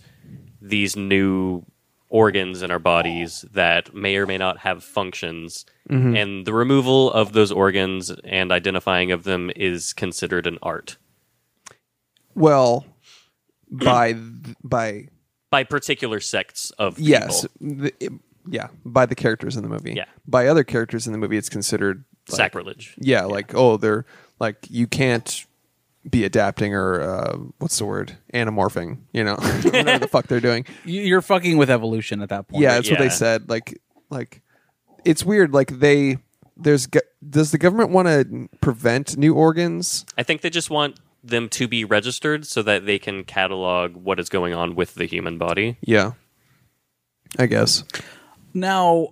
C: these new organs in our bodies that may or may not have functions and the removal of those organs and identifying of them is considered an art
B: Well, by th- by
C: by particular sects of people.
B: yes, the, it- yeah, by the characters in the movie.
C: Yeah.
B: By other characters in the movie, it's considered like,
C: sacrilege
B: Yeah, like oh, they're like you can't be adapting or uh, what's the word anamorphing you know <laughs> whatever the fuck they're
C: <laughs>
B: doing
A: You- You're fucking with evolution at that point.
B: yeah that's what they
C: Yeah.
B: said like like it's weird like they there's go- does the government want to prevent new organs
C: I think they just want them to be registered so that they can catalog what is going on with the human body.
B: yeah i guess
A: Now,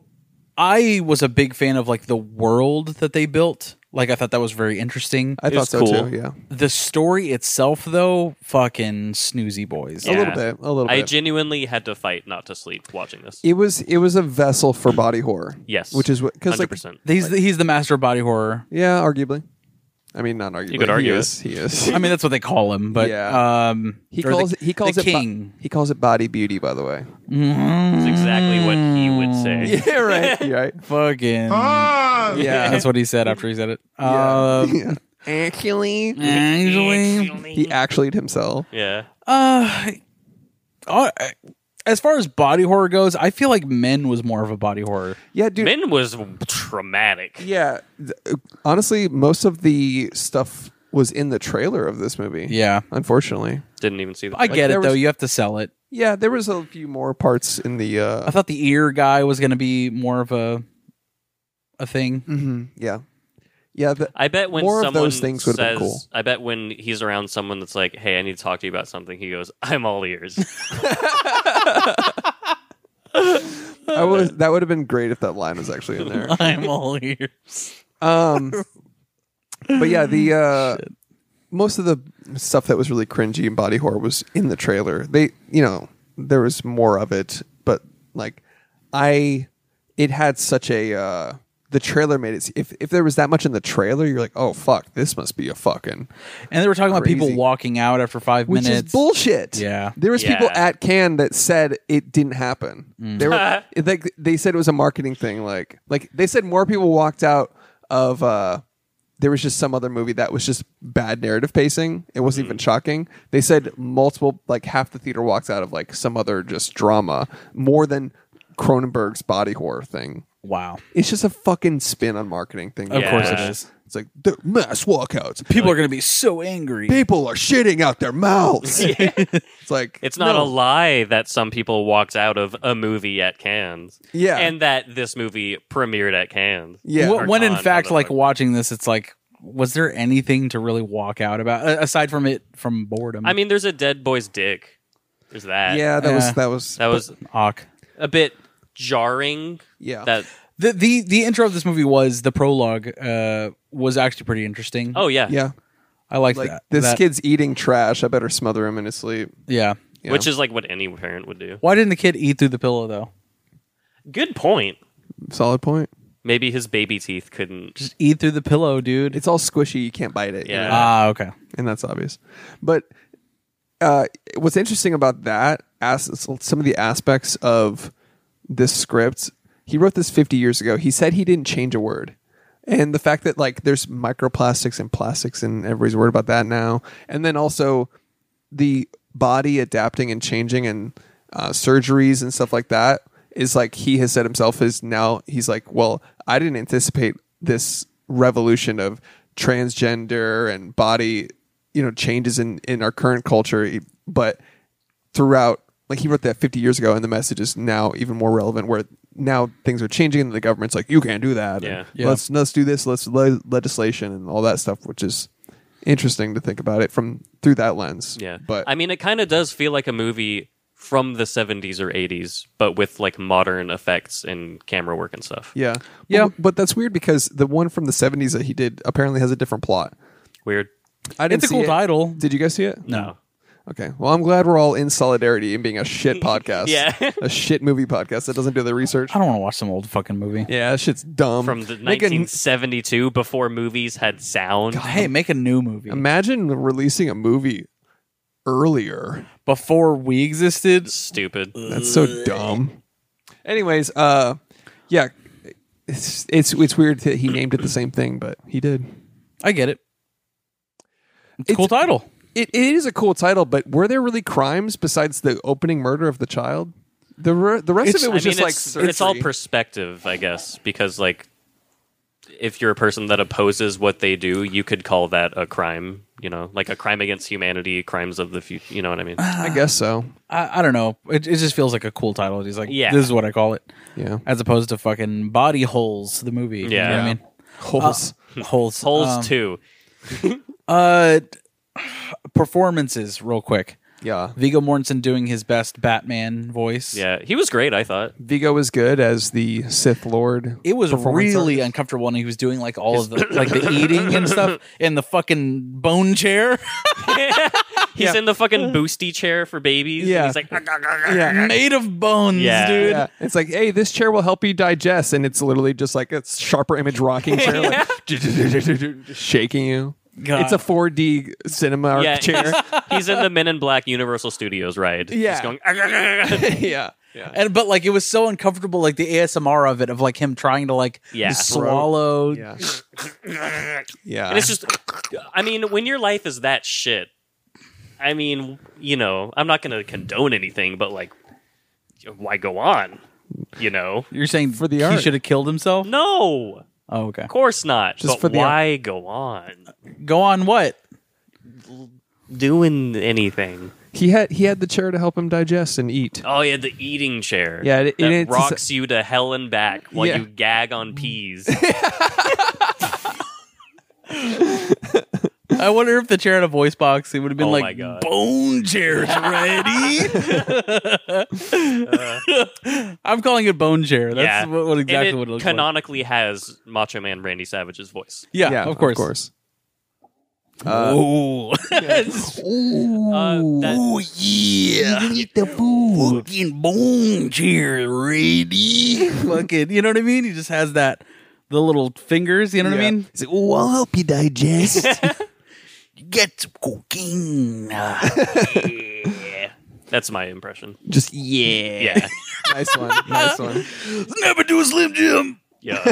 A: I was a big fan of like the world that they built. Like I thought that was very interesting.
B: i thought
C: was
B: so
C: cool.
B: too yeah
A: the story itself, though, fucking snoozy boys.
B: A little bit, a little
C: I
B: bit.
C: genuinely had to fight not to sleep watching this.
B: it was it was a vessel for body horror
C: Yes.
B: which is what because like
C: 100%.
A: He's the, he's the master of body horror.
B: yeah arguably i mean not arguably
C: could argue
B: he
C: it.
B: is he is <laughs>
A: I mean, that's what they call him, but
B: Yeah.
A: um,
B: he
A: or the-
B: calls it he calls
A: the
B: it bo-
A: king.
B: he calls it body beauty by the way
C: It's exactly what he would say.
B: <laughs> yeah right You're <laughs> right
A: fucking.
B: <laughs> yeah
A: That's what he said after he said it. Um,
B: <laughs> Yeah. actually
C: <laughs>
A: Actually,
B: he actually himself
C: Yeah.
A: uh, uh, as far as body horror goes, I feel like Men was more of a body horror.
B: yeah <laughs> dude
C: Min was traumatic.
B: Yeah. th- uh, Honestly, most of the stuff was in the trailer of this movie.
A: Yeah,
B: Unfortunately.
C: Didn't even see the.
A: I get it
B: there
A: though.
B: was-
A: You have to sell it.
B: Yeah, there was a few more parts in the uh
A: I thought the ear guy was going to be more of a a thing.
B: <laughs> yeah. Yeah, the,
C: I bet when
B: More of
C: someone
B: those things
C: says,
B: would've been cool.
C: I bet when he's around someone that's like, "Hey, I need to talk to you about something," he goes, "I'm all ears."
B: I
C: Uh.
B: was that would have been great if that line was actually in <laughs> there.
A: I'm all ears.
B: Um But yeah, the uh most of the stuff that was really cringy and body horror was in the trailer. They, you know, there was more of it, but like I it had such a uh the trailer made it se- if if there was that much in the trailer, you're like, "Oh fuck, this must be a fucking."
A: And they were talking about people
B: Crazy.
A: walking out after five
B: Which
A: minutes.
B: is bullshit.
A: Yeah.
B: There was people
C: Yeah.
B: at Cannes that said it didn't happen.
A: Mm.
B: They
C: <laughs>
B: were they, they said it was a marketing thing like like they said more people walked out of uh there was just some other movie that was just bad narrative pacing. It wasn't
A: Mm.
B: even shocking. They said multiple like half the theater walked out of like some other just drama more than Cronenberg's body horror thing.
A: wow.
B: It's just a fucking spin on marketing thing.
A: Of
C: Yeah.
A: course it is.
B: It's like the mass walkouts.
A: People are going to be so angry.
B: People are shitting out their
C: <laughs>
B: mouths. It's like
C: It's not
B: no.
C: a lie that some people walked out of a movie at Cannes.
B: Yeah.
C: And that this movie premiered at Cannes.
B: Yeah.
A: Wh- when in
C: Con,
A: fact, like
C: motherfucker.
A: watching this, it's like, was there anything to really walk out about a- aside from it from boredom?
C: I mean, there's a dead boy's dick. There's that.
B: Yeah, that
A: Yeah.
B: was that was
C: That was
A: Ock.
C: a bit jarring.
B: Yeah.
C: That
A: The, the the intro of this movie was the prologue uh, was actually pretty interesting.
C: Oh yeah.
B: yeah.
A: I liked
B: Like
A: that.
B: this
A: That-
B: kid's eating trash. I better smother him in his sleep.
A: yeah.
B: Yeah.
C: Which is like what any parent would do.
A: Why didn't the kid eat through the pillow though?
C: Good point.
B: Solid point.
C: Maybe his baby teeth couldn't.
A: Just eat through the pillow, dude.
B: It's all squishy. You can't bite it. you
C: Yeah.
B: know,
A: ah okay.
B: and that's obvious. But uh, what's interesting about that? As some of the aspects of this script, he wrote this 50 years ago. He said he didn't change a word. And the fact that like there's microplastics and plastics and everybody's worried about that now. And then also the body adapting and changing and uh, surgeries and stuff like that is like he has said himself is now he's like well i didn't anticipate this revolution of transgender and body you know changes in in our current culture e, but throughout like he wrote that 50 years ago and the message is now even more relevant where now things are changing and the government's like you can't do that
C: Yeah.
B: and
A: Yeah.
B: let's let's do this let's le- legislation and all that stuff which is interesting to think about it from through that lens
C: Yeah.
B: but
C: I mean, it kind of does feel like a movie from the 70s or 80s, but with like modern effects and camera work and stuff.
B: yeah
A: Yeah.
B: but, but that's weird because the one from the 70s that he did apparently has a different plot
C: Weird. Oh.
B: i didn't
A: It's a
B: see
A: cool
B: it.
A: title.
B: did you guys see it
A: No.
B: okay well i'm glad we're all in solidarity and being a
C: <laughs>
B: shit podcast
C: Yeah.
B: a shit movie podcast that doesn't do the research
A: I don't want to watch some old fucking movie.
B: yeah that shit's dumb
C: From the
B: Make a-
C: 1972, before movies had sound.
A: Hey, make a new movie.
B: Imagine releasing a movie earlier.
A: Before we existed,
C: Stupid.
B: That's so dumb. Anyways, uh yeah, it's it's it's weird that he named it the same thing, but he did.
A: I get it. It's a cool
B: It's-
A: title.
B: It it is a cool title, but were there really crimes besides the opening murder of the child? The re- the rest
A: It's-
B: of it was
C: I mean,
B: just like
C: it's,
B: surgery.
C: it's all perspective, I guess, because like if you're a person that opposes what they do, you could call that a crime. you know, like a crime against humanity, crimes of the future. You know what I mean?
B: I guess so.
A: I, I don't know. It, it just feels like a cool title. He's like,
C: Yeah.
A: this is what I call it,
B: Yeah.
C: Uh,
A: as opposed to fucking Body Holes, the movie. You know
C: Yeah.
A: what I mean?
B: Holes.
C: <laughs>
A: Holes.
C: Holes
A: Um,
C: two.
A: Uh, performances, real quick.
B: yeah.
A: Vigo Mortensen doing his best Batman voice.
C: Yeah, he was great. I thought.
B: Vigo was good as the Sith Lord.
A: It was
B: Performance
A: really
B: artist.
A: uncomfortable, and he was doing like all of the like
C: <laughs>
A: the eating and stuff in the fucking bone chair. <laughs>
C: He's in the fucking boosty chair for babies. and
B: Uh. Yeah.
C: he's like, "Ah, ah, ah, ah."
B: Yeah.
A: made of bones,
C: Yeah.
A: dude.
B: Yeah. It's like, hey, this chair will help you digest, and it's literally just like a sharper image rocking chair, like, just <laughs> shaking you.
A: God.
B: It's a 4D cinema arc
C: Yeah.
B: chair. <laughs>
C: he's in the Men in Black Universal Studios ride.
B: Yeah.
C: He's going, "Ah, ah, ah, ah."
B: yeah. Yeah.
A: And but like it was so uncomfortable, like the ASMR of it, of like him trying to like
C: Yeah.
A: swallow.
B: Yeah. yeah.
C: and it's just, I mean, when your life is that shit, I mean, you know, I'm not going to condone anything, but like, why go on? You know,
A: You're saying for
B: the
A: the he
B: art.
A: should have killed himself?
C: no,
A: Oh, okay.
C: of course not.
B: Just
C: but
B: for the art.
C: why go on
A: Go on. What?
C: doing anything?
B: he had he had the chair to help him digest and eat.
C: Oh yeah, the eating chair.
B: Yeah, it-
C: that
B: and it's-
C: rocks you to hell and back while
B: Yeah.
C: you gag on peas.
A: I wonder if the chair had a voice box. It would have been
C: Oh my
A: like
C: God.
A: bone chairs
C: <laughs>
A: ready. <laughs> I'm calling it bone chair. That's
C: Uh. yeah,
A: what, what
C: And
A: exactly
C: it
A: what it looks like.
C: canonically has Macho Man Randy Savage's voice.
A: Yeah, of course.
B: Of course.
C: <laughs>
A: oh,
C: Uh, that,
A: yeah. Eat the food. Fucking bone chair ready. <laughs> Fucking, you know what I mean? He just has that, the little fingers, you know what I
B: Yeah.
A: mean?
F: He's like, oh, I'll help you digest.
B: <laughs>
F: Get some cocaine.
C: yeah, that's my impression.
F: Just yeah.
C: Yeah,
B: Nice one. Nice one.
A: Never do a Slim Jim.
B: <laughs>
C: yeah.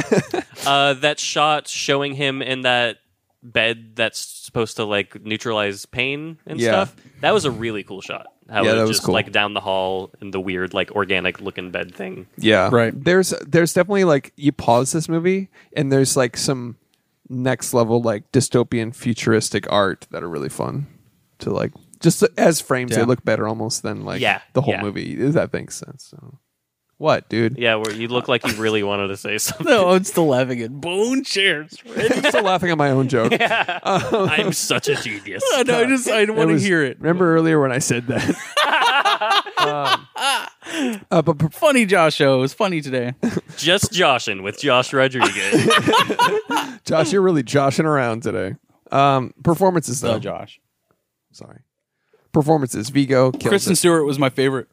C: Uh, that shot showing him in that bed that's supposed to like neutralize pain and
B: Yeah.
C: stuff. That was a really cool shot. How
B: Yeah,
C: it
B: that was
C: just
B: cool.
C: like down the hall in the weird like organic looking bed thing.
B: Yeah.
A: Right.
B: There's there's definitely like you pause this movie and there's like some next level like dystopian futuristic art that are really fun to like just as frames
A: Yeah.
B: they look better almost than like
C: Yeah,
B: the whole
C: yeah.
B: movie if that makes sense. So. What, dude?
C: Yeah, where you look like you
B: <laughs>
C: really wanted to say something.
A: No, I'm still laughing at bone <laughs> chairs.
B: I'm still laughing at my own
C: <laughs>
B: joke.
C: I'm such a genius.
A: I know, I just, I want to
B: was-
A: hear it.
B: Remember earlier when I said that? um, uh, but per-
A: Funny Josh O. It was funny today.
C: <laughs> Just Joshin with
B: <laughs>
C: Josh Rodriguez.
B: Josh, you're really joshing around today. Um, performances though.
A: Josh.
B: Sorry. Performances. Vigo. kills
A: Kristen
B: it.
A: Stewart was my favorite.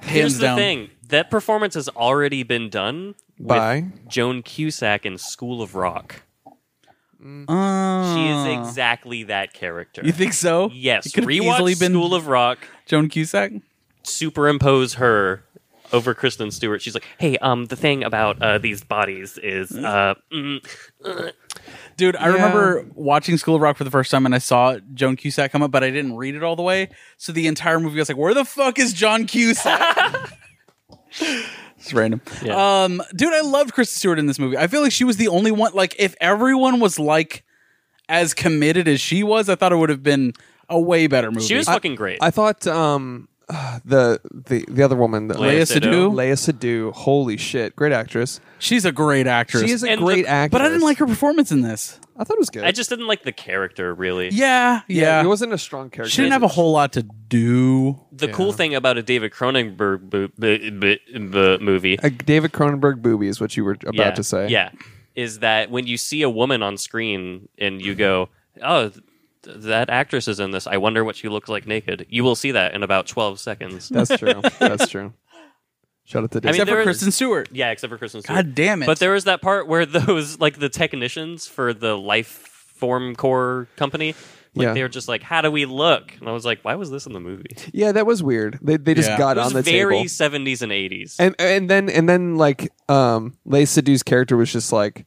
A: Hands
C: Here's the
A: down.
C: thing: that performance has already been done with
B: By?
C: Joan Cusack in School of Rock.
A: Oh.
C: She is exactly that character.
A: You think so?
C: yes,
A: It could have
C: rewatch
A: easily been
C: School of Rock,
A: Joan Cusack.
C: superimpose her over Kristen Stewart. She's like, "Hey, um, the thing about uh, these bodies is, uh, mm,
A: Dude, I remember watching School of Rock for the first time and I saw Joan Cusack come up, but I didn't read it all the way. So the entire movie I was like, where the fuck is John Cusack? <laughs> it's random.
C: Yeah.
A: Um, dude, I loved Kristen Stewart in this movie. I feel like she was the only one, like, if everyone was like as committed as she was, I thought it would have been a way better movie.
C: she was fucking great."
B: I thought um <sighs> the the the other woman, the
C: Leia Seydoux.
B: Leia Seydoux. Holy shit, great actress.
A: She's a great actress.
B: She is a
C: And
B: great
C: the-
B: actress.
A: but I didn't like her performance in this.
B: I thought it was good.
C: I just didn't like the character really.
A: Yeah, yeah.
B: it wasn't a strong character.
A: she didn't have a whole lot to do.
C: The cool thing about a David Cronenberg bo- b- b- b- movie
B: a David Cronenberg booby is what you were about
C: yeah,
B: to say.
C: Yeah, is that when you see a woman on screen and you go, "Oh, th- that actress is in this. I wonder what she looks like naked." You will see that in about twelve seconds.
B: that's true. That's true. Shout out to David.
C: mean,
A: Except
C: there
A: for
C: is-
A: Kristen Stewart.
C: yeah, except for Kristen. Stewart.
A: God damn it.
C: But there was that part where <laughs> those like the technicians for the life form core company. Like
B: Yeah.
C: they were just like, "How do we look?" And I was like, "Why was this in the movie?" It
B: yeah, that was weird. They they just
A: Yeah.
B: got
C: was
B: on the
C: very
B: table.
C: seventies and eighties.
B: And and then and then like um Leia Seduce character was just like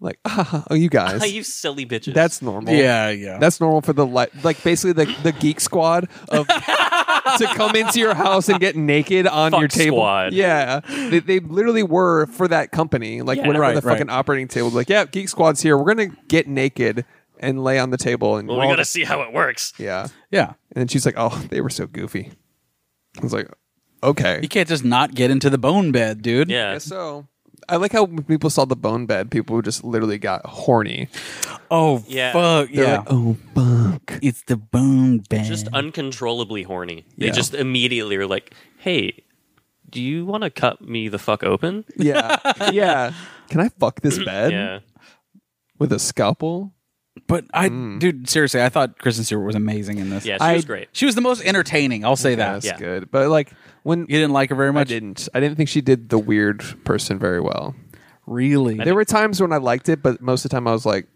B: like <laughs> oh you
C: <laughs>
B: guys.
C: you silly bitches.
B: that's normal.
A: yeah, yeah.
B: That's normal for the li- like basically the, the geek squad of to come into your house and get naked on
C: Fuck
B: your table.
C: squad.
B: Yeah, they, they literally were for that company. Like
C: Yeah.
B: whenever
A: Right,
B: the
A: right.
B: fucking operating table was like, yeah, geek squad's here. We're gonna get naked and lay on the table and
C: Well, we
B: all
C: got to
B: the-
C: see how it works.
B: yeah.
A: Yeah.
B: And then she's like, "Oh, they were so goofy." I was like, "Okay,
A: You can't just not get into the bone bed, dude.
C: Yeah.
B: I guess so." I like how when people saw the bone bed, people just literally got horny.
A: Oh,
C: Yeah.
A: fuck.
B: They're
A: yeah.
B: like, "Oh fuck!"
A: It's the bone bed.
C: Just uncontrollably horny. They
B: Yeah.
C: just immediately are like, hey, do you want to cut me the fuck open?
B: Yeah, yeah. Can I fuck
C: <clears throat>
B: this bed
C: Yeah.
B: with a scalpel?
A: but I,
B: Mm.
A: dude, seriously, I thought Kristen Stewart was amazing in this.
C: Yeah, she
A: I-
C: was great.
A: She was the most entertaining. I'll say that.
B: That's
C: Yeah.
B: good. But like when
A: You didn't like her very
B: I
A: much,
B: didn't, I didn't think she did the weird person very well.
A: really.
B: There were times when I liked it, but most of the time I was like,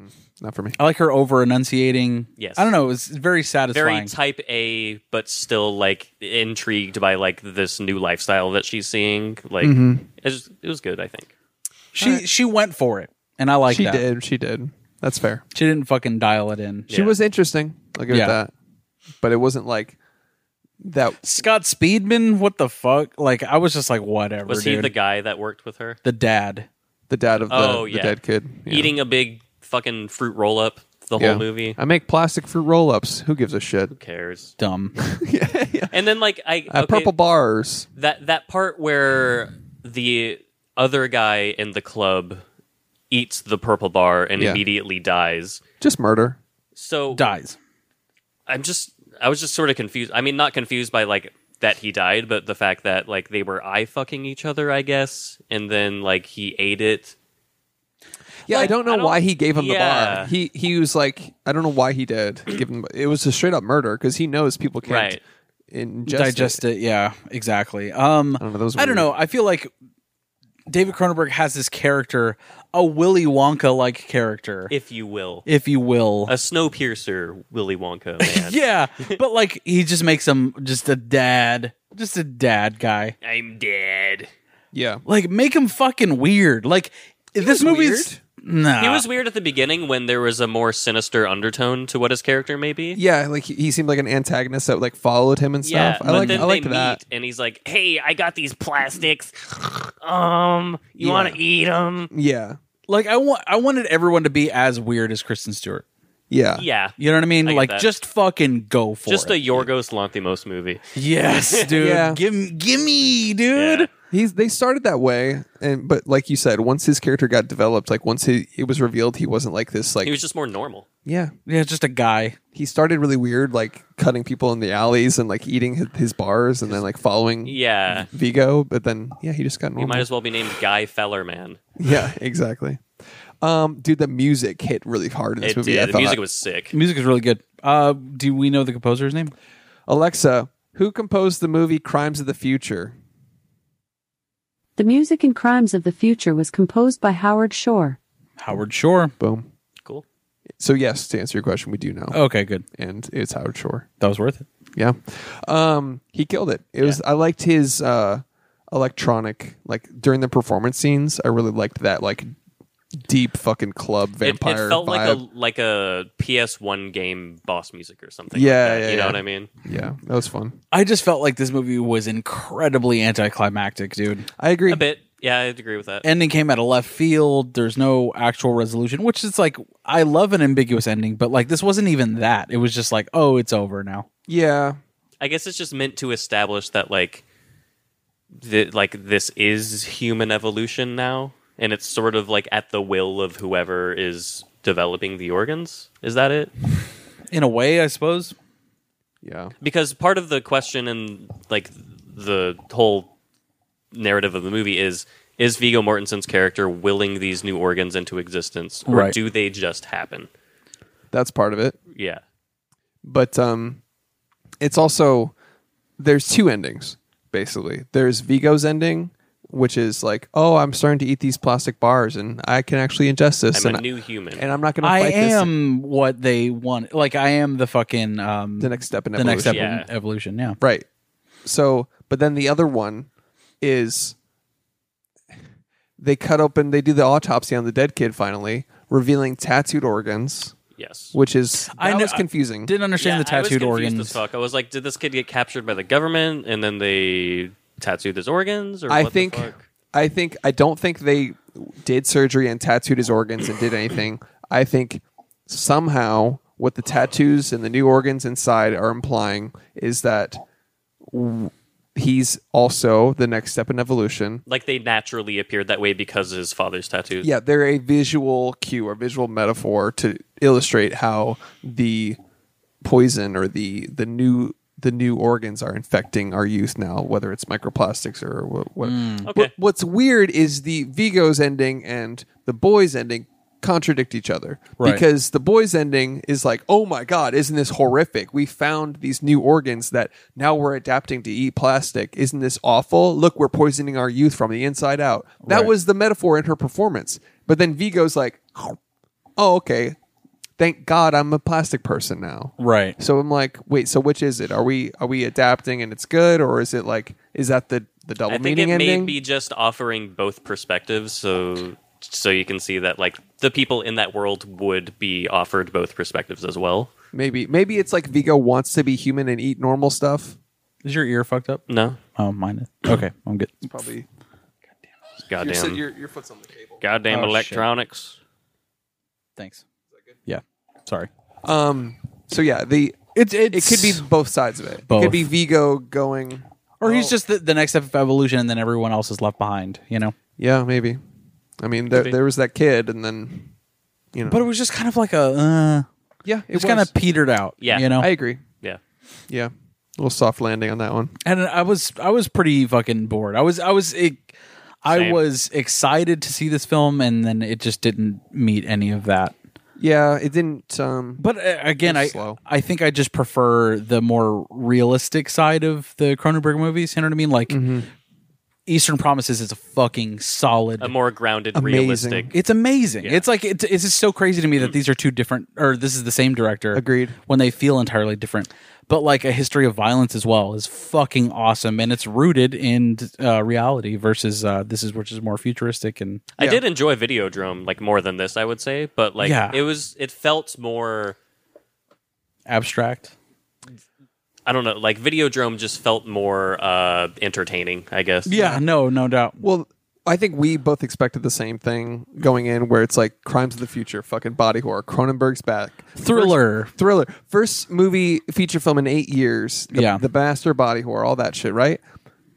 B: "Mm, not for me.
A: I like her over enunciating.
C: Yes.
A: I don't know. It was very
C: Very
A: satisfying.
C: type A, but still like intrigued by like this new lifestyle that she's seeing. Like,
B: Mm-hmm.
C: it, was, it was good, I think.
A: she she went for it, and I like
B: she
A: that.
B: did. She did. That's fair.
A: She didn't fucking dial it in.
B: She
C: Yeah.
B: was interesting. I'll give
A: Yeah.
B: it that. But it wasn't like that.
A: Scott Speedman, what the fuck? Like I was just like, whatever.
C: Was he
A: dude.
C: the guy that worked with her?
A: The dad?
B: The dad of the,
C: Oh,
B: the
C: yeah.
B: dead kid Yeah.
C: Eating a big fucking fruit roll up the whole
B: Yeah.
C: movie.
B: I make plastic fruit roll ups. Who gives a shit?
C: Who cares?
A: Dumb. <laughs>
C: And then like I
B: Uh,
C: okay,
B: Purple bars.
C: that that part where the other guy in the club eats the purple bar and
B: Yeah.
C: immediately dies.
B: Just murder.
C: So
A: Dies.
C: I'm just I was just sort of confused. I mean, not confused by like that he died, but the fact that like they were eye fucking each other, I guess, and then like he ate it.
B: Yeah, I
C: Like,
B: don't know
C: I don't-
B: why he gave him the
C: yeah.
B: bar. He he was like, I don't know why he did give him. It was a straight up murder because he knows people can't
C: Right.
B: ingest it.
A: digest it. Yeah, exactly. Um, I
B: don't know, that was
A: I don't know. I feel like David Cronenberg has this character, a Willy Wonka like character, if,
C: If you will,
A: you will.
C: a snowpiercer, Willy <laughs> Wonka man.
A: yeah, but like he just makes him just a dad, just a dad guy.
C: I'm dead.
B: Yeah,
A: Like make him fucking weird. Like this
B: was
A: movie's nah.
C: He was weird at the beginning when there was a more sinister undertone to what his character may be.
B: yeah. Like he, he seemed like an antagonist that like followed him and stuff. I
C: but
B: like
C: then
B: I like
C: they
B: that.
C: meet and he's like, "Hey, I got these plastics. um, you
B: Yeah.
C: want to eat them?"
B: Yeah,
A: like I want. I wanted everyone to be as weird as Kristen Stewart.
B: yeah,
C: Yeah,
A: You know what I mean?
C: I get
A: like
C: that.
A: just fucking go for
C: just
A: it.
C: a Yorgos Lanthimos movie. <laughs>
A: yes, dude.
B: Yeah.
A: Give give me, dude.
C: Yeah.
B: He's they started that way, and but like you said, once his character got developed, like once he it was revealed, he wasn't like this. Like
C: He was just more normal.
B: yeah,
A: Yeah, just a guy.
B: he started really weird, like cutting people in the alleys and like eating his, his bars, and then like following
C: Yeah,
B: Vigo. But then yeah, he just got
C: he
B: normal.
C: might as well be named Guy Fellerman.
B: <laughs> Yeah, exactly. Um, dude, the music hit really hard in this
C: It
B: movie. I
C: did. The
B: thought.
C: music was sick.
A: The music is really good. Uh, do we know the composer's name?
B: Alexa. Who composed the movie Crimes of the Future?
E: The Music and Crimes of the Future was composed by Howard Shore.
A: Howard Shore.
B: Boom.
C: Cool.
B: So yes, to answer your question, we do know,
C: Oh.
A: Okay, good.
B: and it's Howard Shore.
A: That was worth it.
B: Yeah, um, he killed it. It was. I liked his uh, electronic, like during the performance scenes. I really liked that, like deep fucking club
C: It,
B: vampire.
C: it felt like a
B: vibe.
C: like a PS1 game boss music or something.
B: Yeah,
C: like that.
B: yeah,
C: you know
B: yeah.
C: what I mean.
B: yeah, that was fun.
A: I just felt like this movie was incredibly anticlimactic, dude.
B: I agree.
C: A bit. Yeah, I'd agree with that.
A: Ending came out of left field. There's no actual resolution, which is like I love an ambiguous ending, but like this wasn't even that. It was just like, oh, it's over now.
B: Yeah,
C: I guess it's just meant to establish that like th- like this is human evolution now and it's sort of like at the will of whoever is developing the organs. Is that it?
A: In a way, I suppose.
B: yeah.
C: Because part of the question and like the whole narrative of the movie is is Vigo Mortensen's character willing these new organs into existence or
A: Right.
C: do they just happen?
B: That's part of it.
C: Yeah.
B: but um it's also there's two endings basically there's vigo's ending which is like oh i'm starting to eat these plastic bars and i can actually ingest this
C: I'm
B: and,
C: a new
B: I,
C: human.
B: and i'm not gonna
A: I
B: fight this
A: am what they want. Like I am the fucking um,
B: the next step in
A: the next step
B: evolution.
C: evolution.
A: in evolution. Yeah.
B: right so but then the other one is they cut open they do the autopsy on the dead kid finally revealing tattooed organs
C: yes.
B: which is that
A: I know-
B: was confusing
A: Didn't understand the
C: Yeah, I was
A: tattooed
C: confused
A: organs.
C: As fuck. I was like, did this kid get captured by the government and then they tattooed his organs? Or
B: I
C: what
B: think
C: The fuck?
B: I think I don't think they did surgery and tattooed his organs and did anything. I think somehow what the tattoos and the new organs inside are implying is that w- he's also the next step in evolution.
C: Like they naturally appeared that way because of his father's tattoos.
B: Yeah, they're a visual cue or visual metaphor to illustrate how the poison or the the new the new organs are infecting our youth now, whether it's microplastics or what. what.
C: Okay.
B: What- what's weird is the Vigo's ending and the boys ending contradict each other
A: Right.
B: because the boys ending is like, oh my god, isn't this horrific? We found these new organs that now we're adapting to eat plastic. Isn't this awful? Look, we're poisoning our youth from the inside out. That
A: Right.
B: was the metaphor in her performance. But then Vigo's like, oh okay, thank God I'm a plastic person now.
A: Right.
B: So I'm like, wait, so which is it? Are we are we adapting and it's good, or is it like is that the the double
C: I think it
B: meaning
C: may
B: ending?
C: be just offering both perspectives, so so you can see that like the people in that world would be offered both perspectives as well.
B: Maybe maybe it's like Vigo wants to be human and eat normal stuff.
A: Is your ear fucked up?
C: No,
A: Oh, mine is. Okay, I'm good.
B: Probably.
C: goddamn,
B: your foot's on the table.
C: goddamn
A: Oh, shit.
C: electronics.
A: Thanks. Yeah. Sorry.
B: Um. So yeah, the
A: It's,
B: it could be both sides of it. It
A: Both.
B: could be Vigo going.
A: or
C: Oh.
A: he's just the, the next step of evolution, and then everyone else is left behind. You know.
B: Yeah, maybe. I mean, there, there was that kid, and then you know.
A: But it was just kind of like a. Uh,
B: yeah,
A: it was kind of petered out.
C: Yeah.
A: You know.
B: I agree.
C: Yeah,
B: Yeah, a little soft landing on that one.
A: and I was I was pretty fucking bored. I was I was it, I
C: Same.
A: was excited to see this film, and then it just didn't meet any of that.
B: Yeah, it didn't. Um,
A: But uh, again, I
B: It's slow.
A: I think I just prefer the more realistic side of the Cronenberg movies. You know what I mean? Like Eastern Promises is a fucking solid.
C: a more grounded,
B: Amazing.
C: realistic.
A: it's amazing. It's like it's, it's just so crazy to me that these are two different, or this is the same director.
B: Agreed.
A: When they feel entirely different, but like a history of violence as well is fucking awesome, and it's rooted in uh, reality versus uh, this is which is more futuristic and
C: I did enjoy Videodrome like more than this, I would say, but like
A: Yeah.
C: it was it felt more.
A: abstract.
C: I don't know, like Videodrome just felt more uh entertaining, I guess.
A: no, no doubt.
B: Well, I think we both expected the same thing going in, where it's like crimes of the future, fucking body horror, Cronenberg's back,
A: Thriller.
B: First- thriller, first movie feature film in eight years, the,
A: Yeah.
B: the bastard body horror, all that shit, right?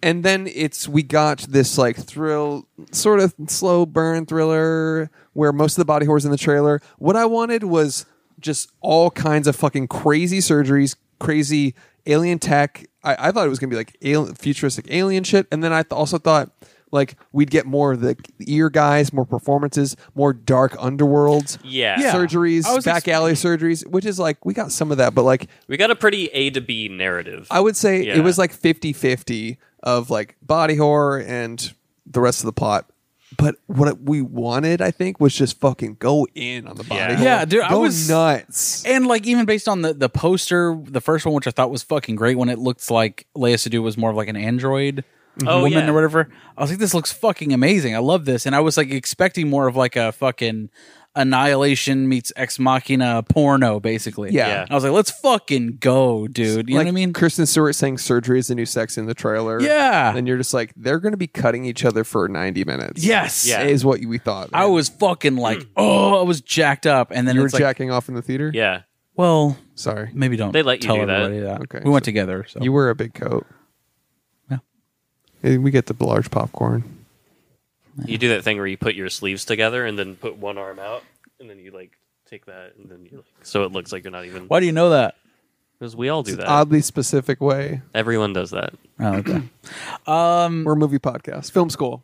B: And then it's we got this like thrill, sort of slow burn thriller where most of the body horror's in the trailer. What I wanted was just all kinds of fucking crazy surgeries, crazy alien tech. I, I thought it was gonna be like al- futuristic alien shit, and then I th- also thought like we'd get more of the ear guys, more performances, more dark underworlds,
C: Yeah.
A: Yeah.
B: surgeries,
A: I was ex-
B: back alley surgeries, which is like we got some of that, but like
C: We got a pretty A to B narrative.
B: I would say
C: Yeah.
B: it was like 50-50 of like body horror and the rest of the plot. But what we wanted, I think, was just fucking go in on the body.
C: Yeah.
B: horror.
A: Yeah, dude, I
B: Go
A: was-
B: nuts.
A: And like even based on the the poster, the first one which I thought was fucking great when it looked like Leia Sadu was more of like an android
C: Oh,
A: woman
C: yeah.
A: or whatever. I was like, this looks fucking amazing. I love this, and I was like expecting more of like a fucking annihilation meets ex machina porno, basically.
B: Yeah.
C: Yeah.
A: I was like, let's fucking go, dude. You know
B: like
A: what I mean?
B: Kristen Stewart saying surgery is the new sex in the trailer.
A: Yeah.
B: And you're just like, they're going to be cutting each other for 90 minutes.
A: yes.
C: Yeah. Mm.
B: Is what we thought.
A: I was fucking like, oh, I was jacked up, and then
B: You were
A: it's like,
B: jacking off in the theater?
C: yeah.
A: well,
B: Sorry.
A: maybe don't.
C: They let you
A: tell
C: do that.
A: everybody that.
B: Okay,
A: we went
B: so-
A: together. So
B: You wear a big coat.
A: Oh. Yeah.
B: And we get the large popcorn.
C: You do that thing where you put your sleeves together and then put one arm out and then you like take that and then you like so it looks like you're not even
A: why do you know that?
C: because we all do that.
B: Oddly specific way.
C: Everyone does that.
A: Oh, okay. Mm.
B: We're a movie podcast, film
A: it-
B: school.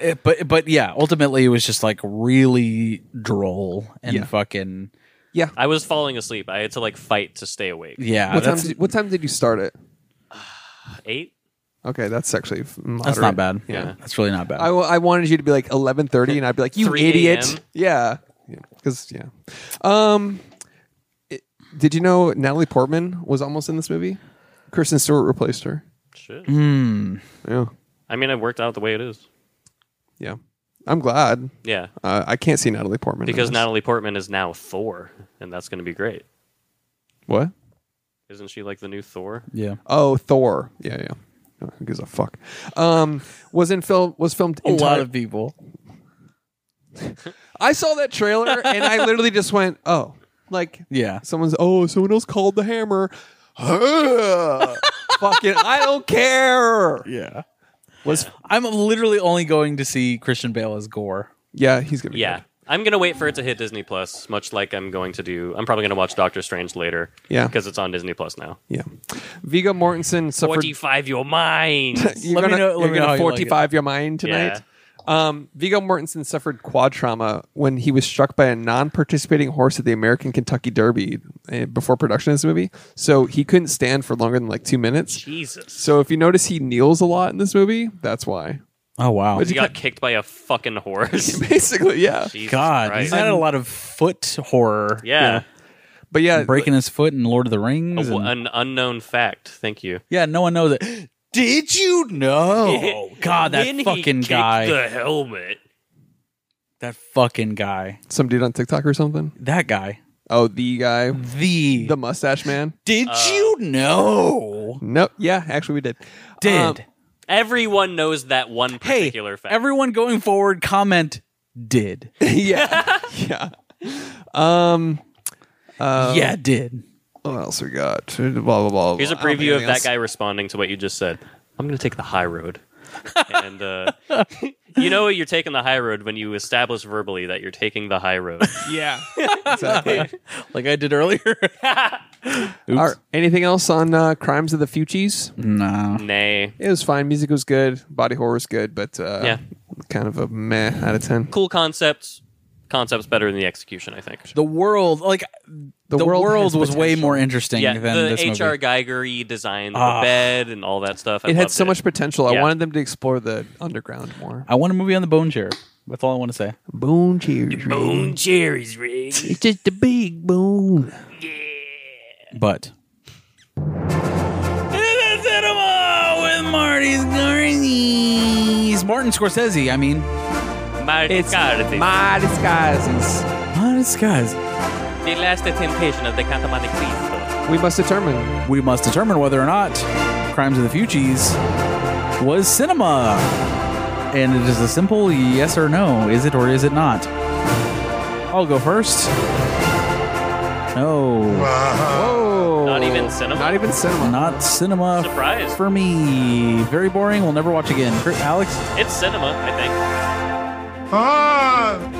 A: Eh, but but yeah, ultimately it was just like really droll and
B: Yeah.
A: fucking
C: I was falling asleep. I had to like fight to stay awake.
A: yeah.
B: what, time
A: that's,
B: did, what time did you start it?
C: Eight?
B: Okay, that's actually f- moderate.
A: that's not bad.
B: Yeah.
A: Yeah, that's really not bad.
B: I, w- I wanted you to be like 11:30 and I'd be like you
C: 3 a.m..
B: idiot. Yeah. Cuz yeah. Um it- did you know Natalie Portman was almost in this movie? Kristen Stewart replaced her.
C: Shit.
A: Mm. Hmm,
B: Yeah.
C: I mean I worked out the way it is.
B: Yeah. I'm glad.
C: Yeah.
B: Uh, I can't see Natalie Portman in
C: Because
B: this.
C: Natalie Portman is now Thor, and that's gonna be great.
B: What?
C: Isn't she like the new Thor?
A: yeah,
B: Oh, Thor. Yeah, yeah. Oh, Who gives a fuck? Um, was in film was filmed
A: a lot
B: entire-
A: of people.
B: I saw that trailer and I literally just went, "Oh, Like
A: Yeah.
B: someone's oh someone else called the hammer. <laughs> Fucking I don't care.
A: Yeah.
B: Was
A: I'm literally only going to see Christian Bale as Gore.
B: yeah, he's gonna be
C: Yeah.
B: good.
C: I'm gonna wait for it to hit Disney Plus, much like I'm going to do. I'm probably gonna watch Doctor Strange later.
B: Yeah.
C: because it's on Disney Plus now.
B: yeah. Vigo Mortensen suffered.
C: Forty-five your mind.
B: you're
A: Let me
B: gonna,
A: know- let
B: you're
A: me know how
B: gonna
A: you like it.
B: forty-five your mind tonight.
C: Yeah.
B: Um, Vigo Mortensen suffered quad trauma when he was struck by a non-participating horse at the American Kentucky Derby eh, before production of this movie, so he couldn't stand for longer than like two minutes.
C: Jesus,
B: So if you notice, he kneels a lot in this movie. That's why. <laughs>
A: Oh wow.
C: he got kicked by a fucking
A: <laughs>
C: horse.
B: Basically, yeah.
C: Jesus
A: God,
C: Christ.
A: he's had a lot of foot horror.
C: yeah,
B: But yeah,
A: Breaking his foot in Lord of the Rings.
C: A-
A: and-
C: an unknown fact. Thank you.
A: yeah, no one knows
C: <gasps>
A: it. Did you
C: <laughs>
A: know? Oh, God, that
C: When he
A: fucking
C: kicked
A: guy.
C: The helmet.
A: that fucking guy.
B: some dude on TikTok or something.
A: That guy.
B: Oh, the guy,
A: The.
B: the mustache man.
A: did you know?
B: No, yeah, actually we did.
A: Did.
B: Um,
C: Everyone knows that one
A: hey,
C: particular fact.
A: everyone going forward, comment did.
B: yeah, yeah. Um,
A: yeah, did.
B: what else we got? Blah blah blah.
C: Here's a
B: blah. I don't think
C: preview of
B: anything
C: that
B: else.
C: guy responding to what you just said. I'm going to take the
A: <laughs>
C: high road. and uh, you know you're taking the high road when you establish verbally that you're taking the high
A: <laughs>
C: road.
B: Yeah, exactly.
A: Like I did earlier.
B: All right, anything else on uh, Crimes of the Fugees?
A: no.
C: Nay.
B: It was fine. Music was good. Body horror was good, but uh,
C: Yeah.
B: kind of a meh out of ten.
C: Cool concepts. Concepts better than the execution, I think.
A: <laughs> The world, like the, world,
B: world has
A: was way
B: potential.
A: more interesting
C: yeah,
A: than
C: the
A: this movie.
C: HR Geigery design,
A: Ah.
C: the bed, and all that stuff. I
B: It had
C: loved
B: so much potential. I
C: Yeah.
B: wanted them to explore the underground more.
A: I want a movie on the bone chair. That's all I want to say.
B: Boom, cheers.
C: Bone cherries rig.
B: It's just a big boom.
A: But it's a cinema with Marty Scorsese. Martin Scorsese. I mean,
C: My God,
B: My disguises.
A: Martin Scorsese.
C: the last temptation of the Count of Monte Cristo.
B: We must determine.
A: We must determine whether or not Crimes of the Fugees was cinema, and it is a simple yes or no. Is it or is it not? I'll go first. No.
B: Oh,
C: Not even cinema?
B: Not even cinema.
A: Not cinema.
C: Surprise.
A: For me, very boring. We'll never watch again. Cr- Alex,
C: It's cinema, I think.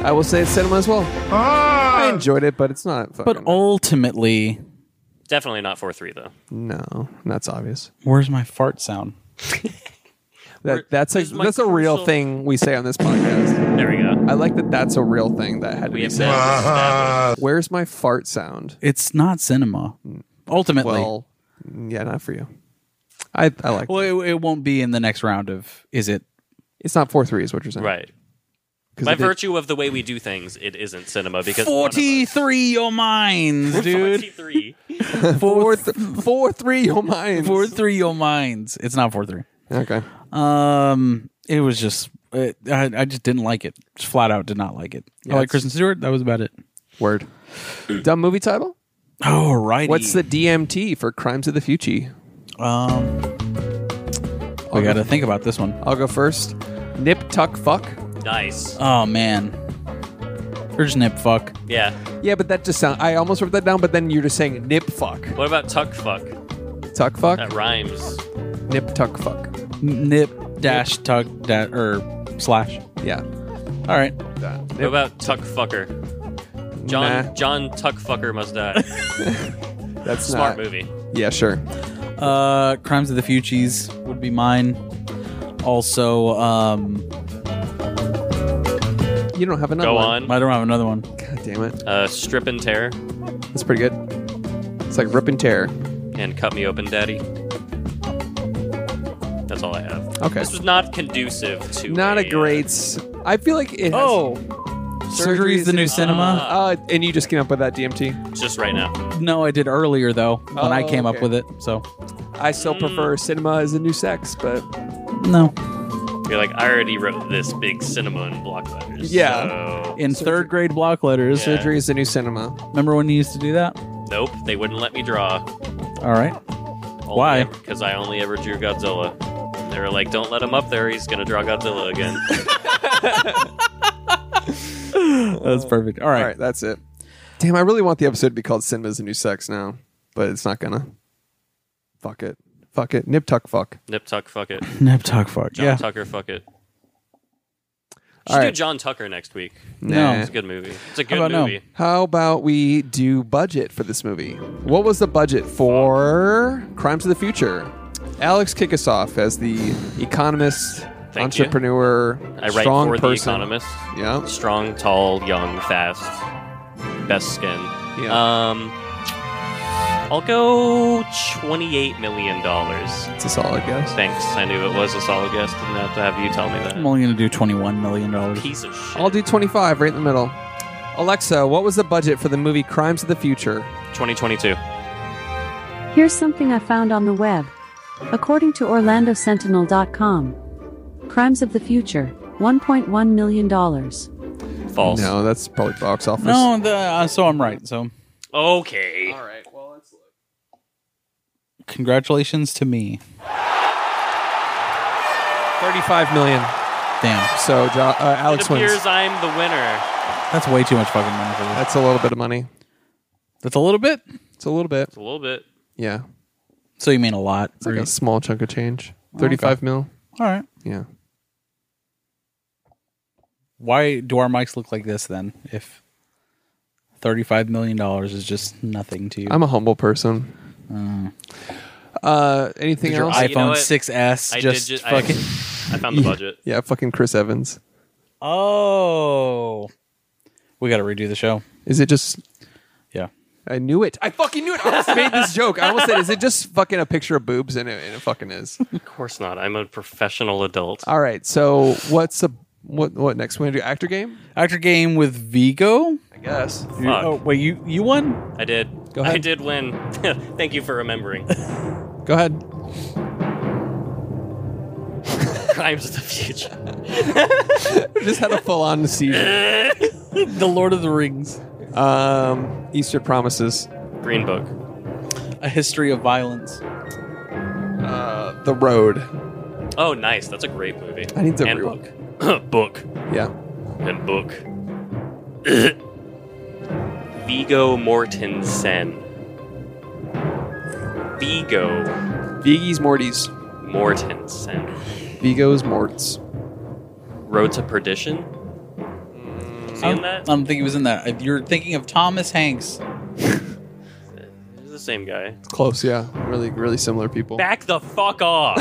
B: I will say it's cinema as well. I enjoyed it, but it's not. Fucking,
A: but ultimately,
C: Definitely not 4 3, though.
B: no, that's obvious.
A: where's my fart sound?
B: That that's a
C: Where's my
B: that's a real
C: commercial?
B: thing we say on this podcast.
C: There we go.
B: I like that. That's a real thing that had to
C: We
B: be
C: have
B: said.
C: that.
B: Where's my fart sound?
A: It's not cinema. Ultimately, well,
B: Well, yeah, not for you. I I like. it.
A: it, it won't be in the next round of is it?
B: It's not four three is what you're saying,
C: Right.
B: 'Cause
C: By
B: it did-
C: virtue of the way we do things, it isn't cinema because
A: Forty-three your minds, dude.
C: Forty-three.
B: four th- four three. oh Your
C: <laughs>
B: mind.
A: Forty-three your minds. It's not four-three.
B: Okay.
A: Um, it was just it, I, I just didn't like it. Just flat out, did not like it. I like
B: it's-
A: Kristen Stewart. That was about it.
B: Word. Dumb movie title.
A: Oh right.
B: What's the DMT for Crimes of the Future?
A: Um, we got to think about this one.
B: I'll go first. Nip tuck fuck.
C: Nice.
A: Oh man, or just nip fuck.
C: Yeah.
B: Yeah, but that just sound. I almost wrote that down, but then you're just saying nip fuck,
C: What about tuck fuck?
B: tuck fuck,
C: That rhymes.
B: nip tuck fuck.
A: Nip dash tug dash or slash.
B: Yeah.
A: All right,
C: What about tuck fucker? John
B: Nah.
C: John Tuck Fucker
B: <laughs>
C: must die.
B: That's
C: Smart
B: not-
C: movie.
B: Yeah, sure.
A: uh, Crimes of the Fugees would be mine. Also, um,
B: You don't have another
C: Go
B: one.
C: on.
A: I don't have another one.
B: God damn it.
C: Uh, strip and tear
B: That's pretty good. It's like rip and tear.
C: and cut me open, daddy. That's all I have.
B: Okay.
C: This was not conducive to
B: Not a
C: uh,
B: great. s- I feel like it. Has,
C: Oh.
A: Surgery's the new cinema.
B: Uh, and you just came up with that DMT.
C: uh, Just right now.
A: no, I did earlier though when I
B: Oh,
A: came up
B: okay.
A: with it. So
B: I still prefer cinema as a new sex, but
A: no.
C: You're like, I already wrote this big cinema in block letters.
B: Yeah.
C: so-
A: In third grade block letters.
C: Yeah.
B: surgery is the new cinema.
A: Remember when you used to do that?
C: Nope, they wouldn't let me draw.
A: All right. Why?
C: Because I only ever drew Godzilla. They were like, "Don't let him up there. He's gonna draw Godzilla
B: <laughs>
C: again."
A: That's perfect. All
B: All
A: right.
B: right, that's it. Damn, I really want the episode to be called Cinema's the New Sex now, but it's not gonna. Fuck it. Fuck it. Nip tuck fuck.
C: Nip Tuck, fuck it.
A: Nip Tuck Fuck.
C: John
A: yeah.
C: Tucker, fuck it. Should
B: All
C: do
B: right.
C: John Tucker next week.
A: No.
B: Nah.
C: It's a good movie. It's a good
A: about no?
C: movie.
B: How about we do budget for this movie? What was the budget for Crimes of the Future? Alex, kick us off as the economist,
C: you.
B: entrepreneur,
C: I write
B: strong
C: for
B: person.
C: The Economist.
B: Yeah.
C: Strong, tall, young, fast, best skin.
B: Yeah.
C: Um, I'll go twenty-eight million dollars.
B: It's a solid guess.
C: Thanks. I knew it was a solid guess. Didn't have to have you tell me
A: I'm
C: that.
A: only going to do $21 million.
C: Piece of shit.
B: I'll do 25 right in the middle. Alexa, what was the budget for the movie Crimes of the Future?
C: Twenty twenty-two.
E: Here's something I found on the web. According to OrlandoSentinel.com, Crimes of the Future, $1.1 million.
C: False.
B: No, that's probably box office.
A: No, the, uh, so I'm right. So
C: Okay.
A: congratulations to me.
B: 35 million.
A: Damn.
B: So Jo- uh,
C: It
B: Alex wins.
C: appears I'm the winner.
A: That's way too much fucking money for this.
B: That's a little bit of money.
A: That's a little bit.
B: It's a little bit.
C: It's a little bit.
B: Yeah.
A: So you mean a lot.
B: It's like a small chunk of change. 35 mil.
A: All right.
B: Yeah.
A: Why do our mics look like this then? If $35 million is just nothing to you.
B: I'm a humble person. Uh, anything
A: Did your
B: else?
C: I-
A: iPhone
C: Oh, You know what?
A: 6S
C: I
A: just
C: did. Ju-
A: fucking.
C: <laughs> I, I found the budget.
B: yeah, fucking Chris Evans.
A: oh. We got to redo the show.
B: Is it just?
A: Yeah.
B: I knew it. I fucking knew it. I almost made this joke. I almost said, "Is it just fucking a picture of boobs?" And it, and it fucking is.
C: Of course not. I'm a professional adult.
B: All right. So what's a what? What next? We gonna do actor game?
A: Actor game with Vigo.
B: I guess.
A: You-
C: Fuck.
A: Oh, wait, you, you won?
C: I did.
B: Go ahead.
C: I did win. <laughs> Thank you for
B: <laughs>
C: remembering.
B: Go ahead.
C: Crimes of the future.
B: Just had a full on seizure.
A: The Lord of the Rings.
B: Um, Easter promises.
C: Green Book.
A: A History of Violence.
B: Uh, the road.
C: Oh, nice. That's a great movie.
B: I need to
C: and
B: relook.
C: book. <clears throat> book
B: Yeah.
C: and book. <clears throat> Vigo Mortensen. Vigo
B: Vigi's Mortis.
C: Mortensen.
B: Vigo's Morts.
C: Road to
A: I
C: Perdition. Seeing
A: don't, I
C: that?
A: don't think he was in that. Mm. Um, Uh, You're thinking of Thomas Hanks.
C: It's the same guy.
B: It's close. Yeah. Really, really similar people.
C: Back the
B: <laughs>
C: fuck off.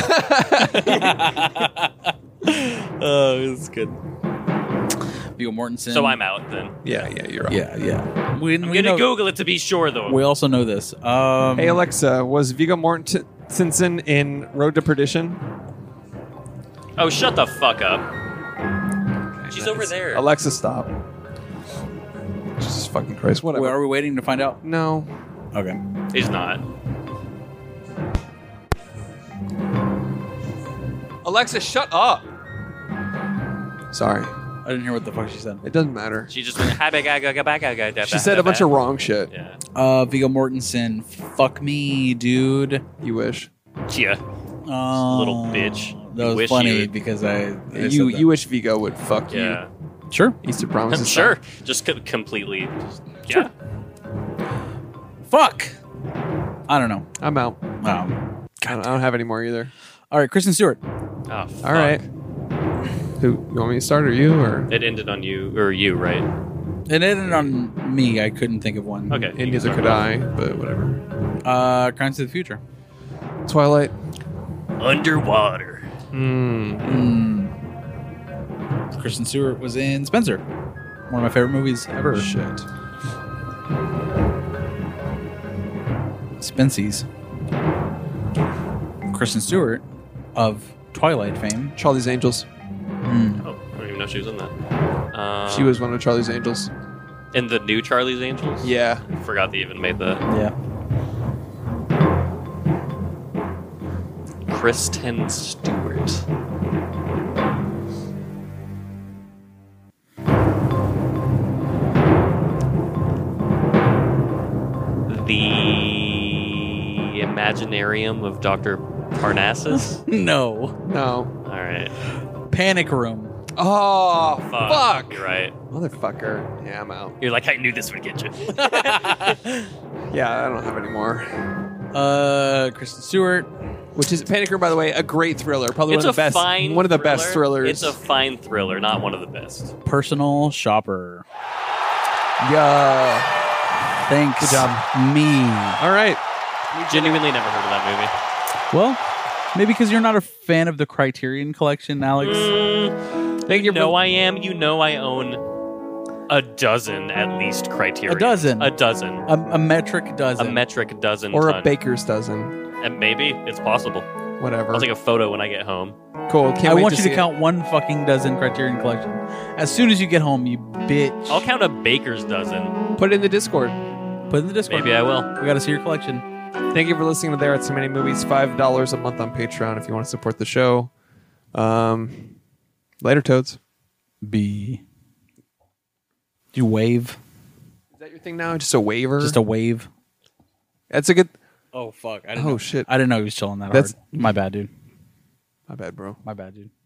C: <laughs>
A: Oh, it's good. Viggo Mortensen.
C: so I'm out then.
B: Yeah. Yeah. You're right.
A: Yeah, yeah. We,
C: I'm
A: we,
C: gonna
A: know,
C: Google it to be sure though.
A: we also know this. Um,
B: Hey Alexa, was Viggo Mortensen in Road to Perdition?
C: Oh, shut the fuck up. She's over there.
B: Alexa, stop. Jesus fucking Christ, whatever.
A: wait, are we waiting to find out?
B: No.
A: Okay.
C: He's not.
B: Alexa, shut up. Sorry.
A: I didn't hear what the fuck she said.
B: It doesn't matter.
C: She just went.
B: She said a bunch of wrong shit.
C: Yeah.
A: Uh, Viggo Mortensen. Fuck me, dude.
B: You wish.
C: Yeah.
A: Uh,
C: little bitch.
A: That
C: You
A: was
C: wish
A: funny
C: you-
A: because I. I
B: You
A: said that.
B: you wish Vigo would fuck
C: <laughs> Yeah.
A: Sure.
B: you. Easter promises.
C: I'm sure. Just co- completely. Just, yeah.
A: Fuck. I don't know.
B: I'm out.
A: Um,
B: I don't, I don't have any more either.
A: all right, Kristen Stewart.
C: Oh, fuck.
B: All right. Who you want me to start or you or
C: It ended on you or you, right?
A: It ended on me. I couldn't think of one.
C: Okay.
B: and neither could I, but whatever.
A: Uh, Crimes of the Future.
B: Twilight.
C: Underwater.
A: Kristen Stewart was in Spencer. One of my favorite movies ever.
B: Shit.
A: Spences. Kristen Stewart of Twilight fame.
B: Charlie's Angels.
C: Oh, I don't even know she was in that. Um,
B: She was one of Charlie's Angels.
C: in the new Charlie's Angels.
B: Yeah.
C: Forgot they even made that.
A: Yeah.
C: Kristen Stewart. The Imaginarium of Dr. Parnassus?
A: No.
B: No.
C: All right.
A: Panic Room.
B: Oh, fuck.
C: You're right.
B: Motherfucker. Yeah, I'm out.
C: You're like, I knew this would get
B: <laughs>
C: you.
B: Yeah, I don't have any more.
A: Uh, Kristen Stewart.
B: Which is Panic Room, by the way, a great thriller. Probably
C: it's
B: one
C: a
B: of the best.
C: fine.
B: one of the best
C: thriller.
B: thrillers.
C: It's a fine thriller, not one of the best.
A: Personal shopper.
B: yeah.
A: Thanks. Good job. Me.
B: All right.
C: You genuinely never heard of that
A: Well, maybe because you're not a fan of the Criterion Collection, Alex.
C: movie. Thank Mm, you. No, I am. You know, I own a dozen at least criteria.
A: A dozen.
C: A dozen.
A: A, a metric
C: A
A: dozen.
C: metric dozen.
B: Or a
C: ton.
B: baker's dozen.
C: And maybe it's possible.
B: Whatever.
C: I'll take a photo when I get home.
B: cool. Can't
A: I
B: wait
A: want you
B: see
A: to
B: it.
A: count one fucking dozen Criterion Collection as soon as you get home, you bitch.
C: I'll count a baker's dozen.
B: Put it in the Discord.
A: Put it in the Discord.
C: Maybe I will.
A: We got to see your collection.
B: Thank you for listening to There Are So Many Movies. Five dollars a month on Patreon if you want to support the show. Um, later, toads. Is
A: B. Do you wave?
B: that your thing now? Just a waiver.
A: Just a wave.
B: That's a good.
A: Oh fuck! I
B: didn't know-
A: I didn't know he was chilling that That's,
B: hard.
A: My bad, dude.
B: My bad, bro.
A: My bad, dude.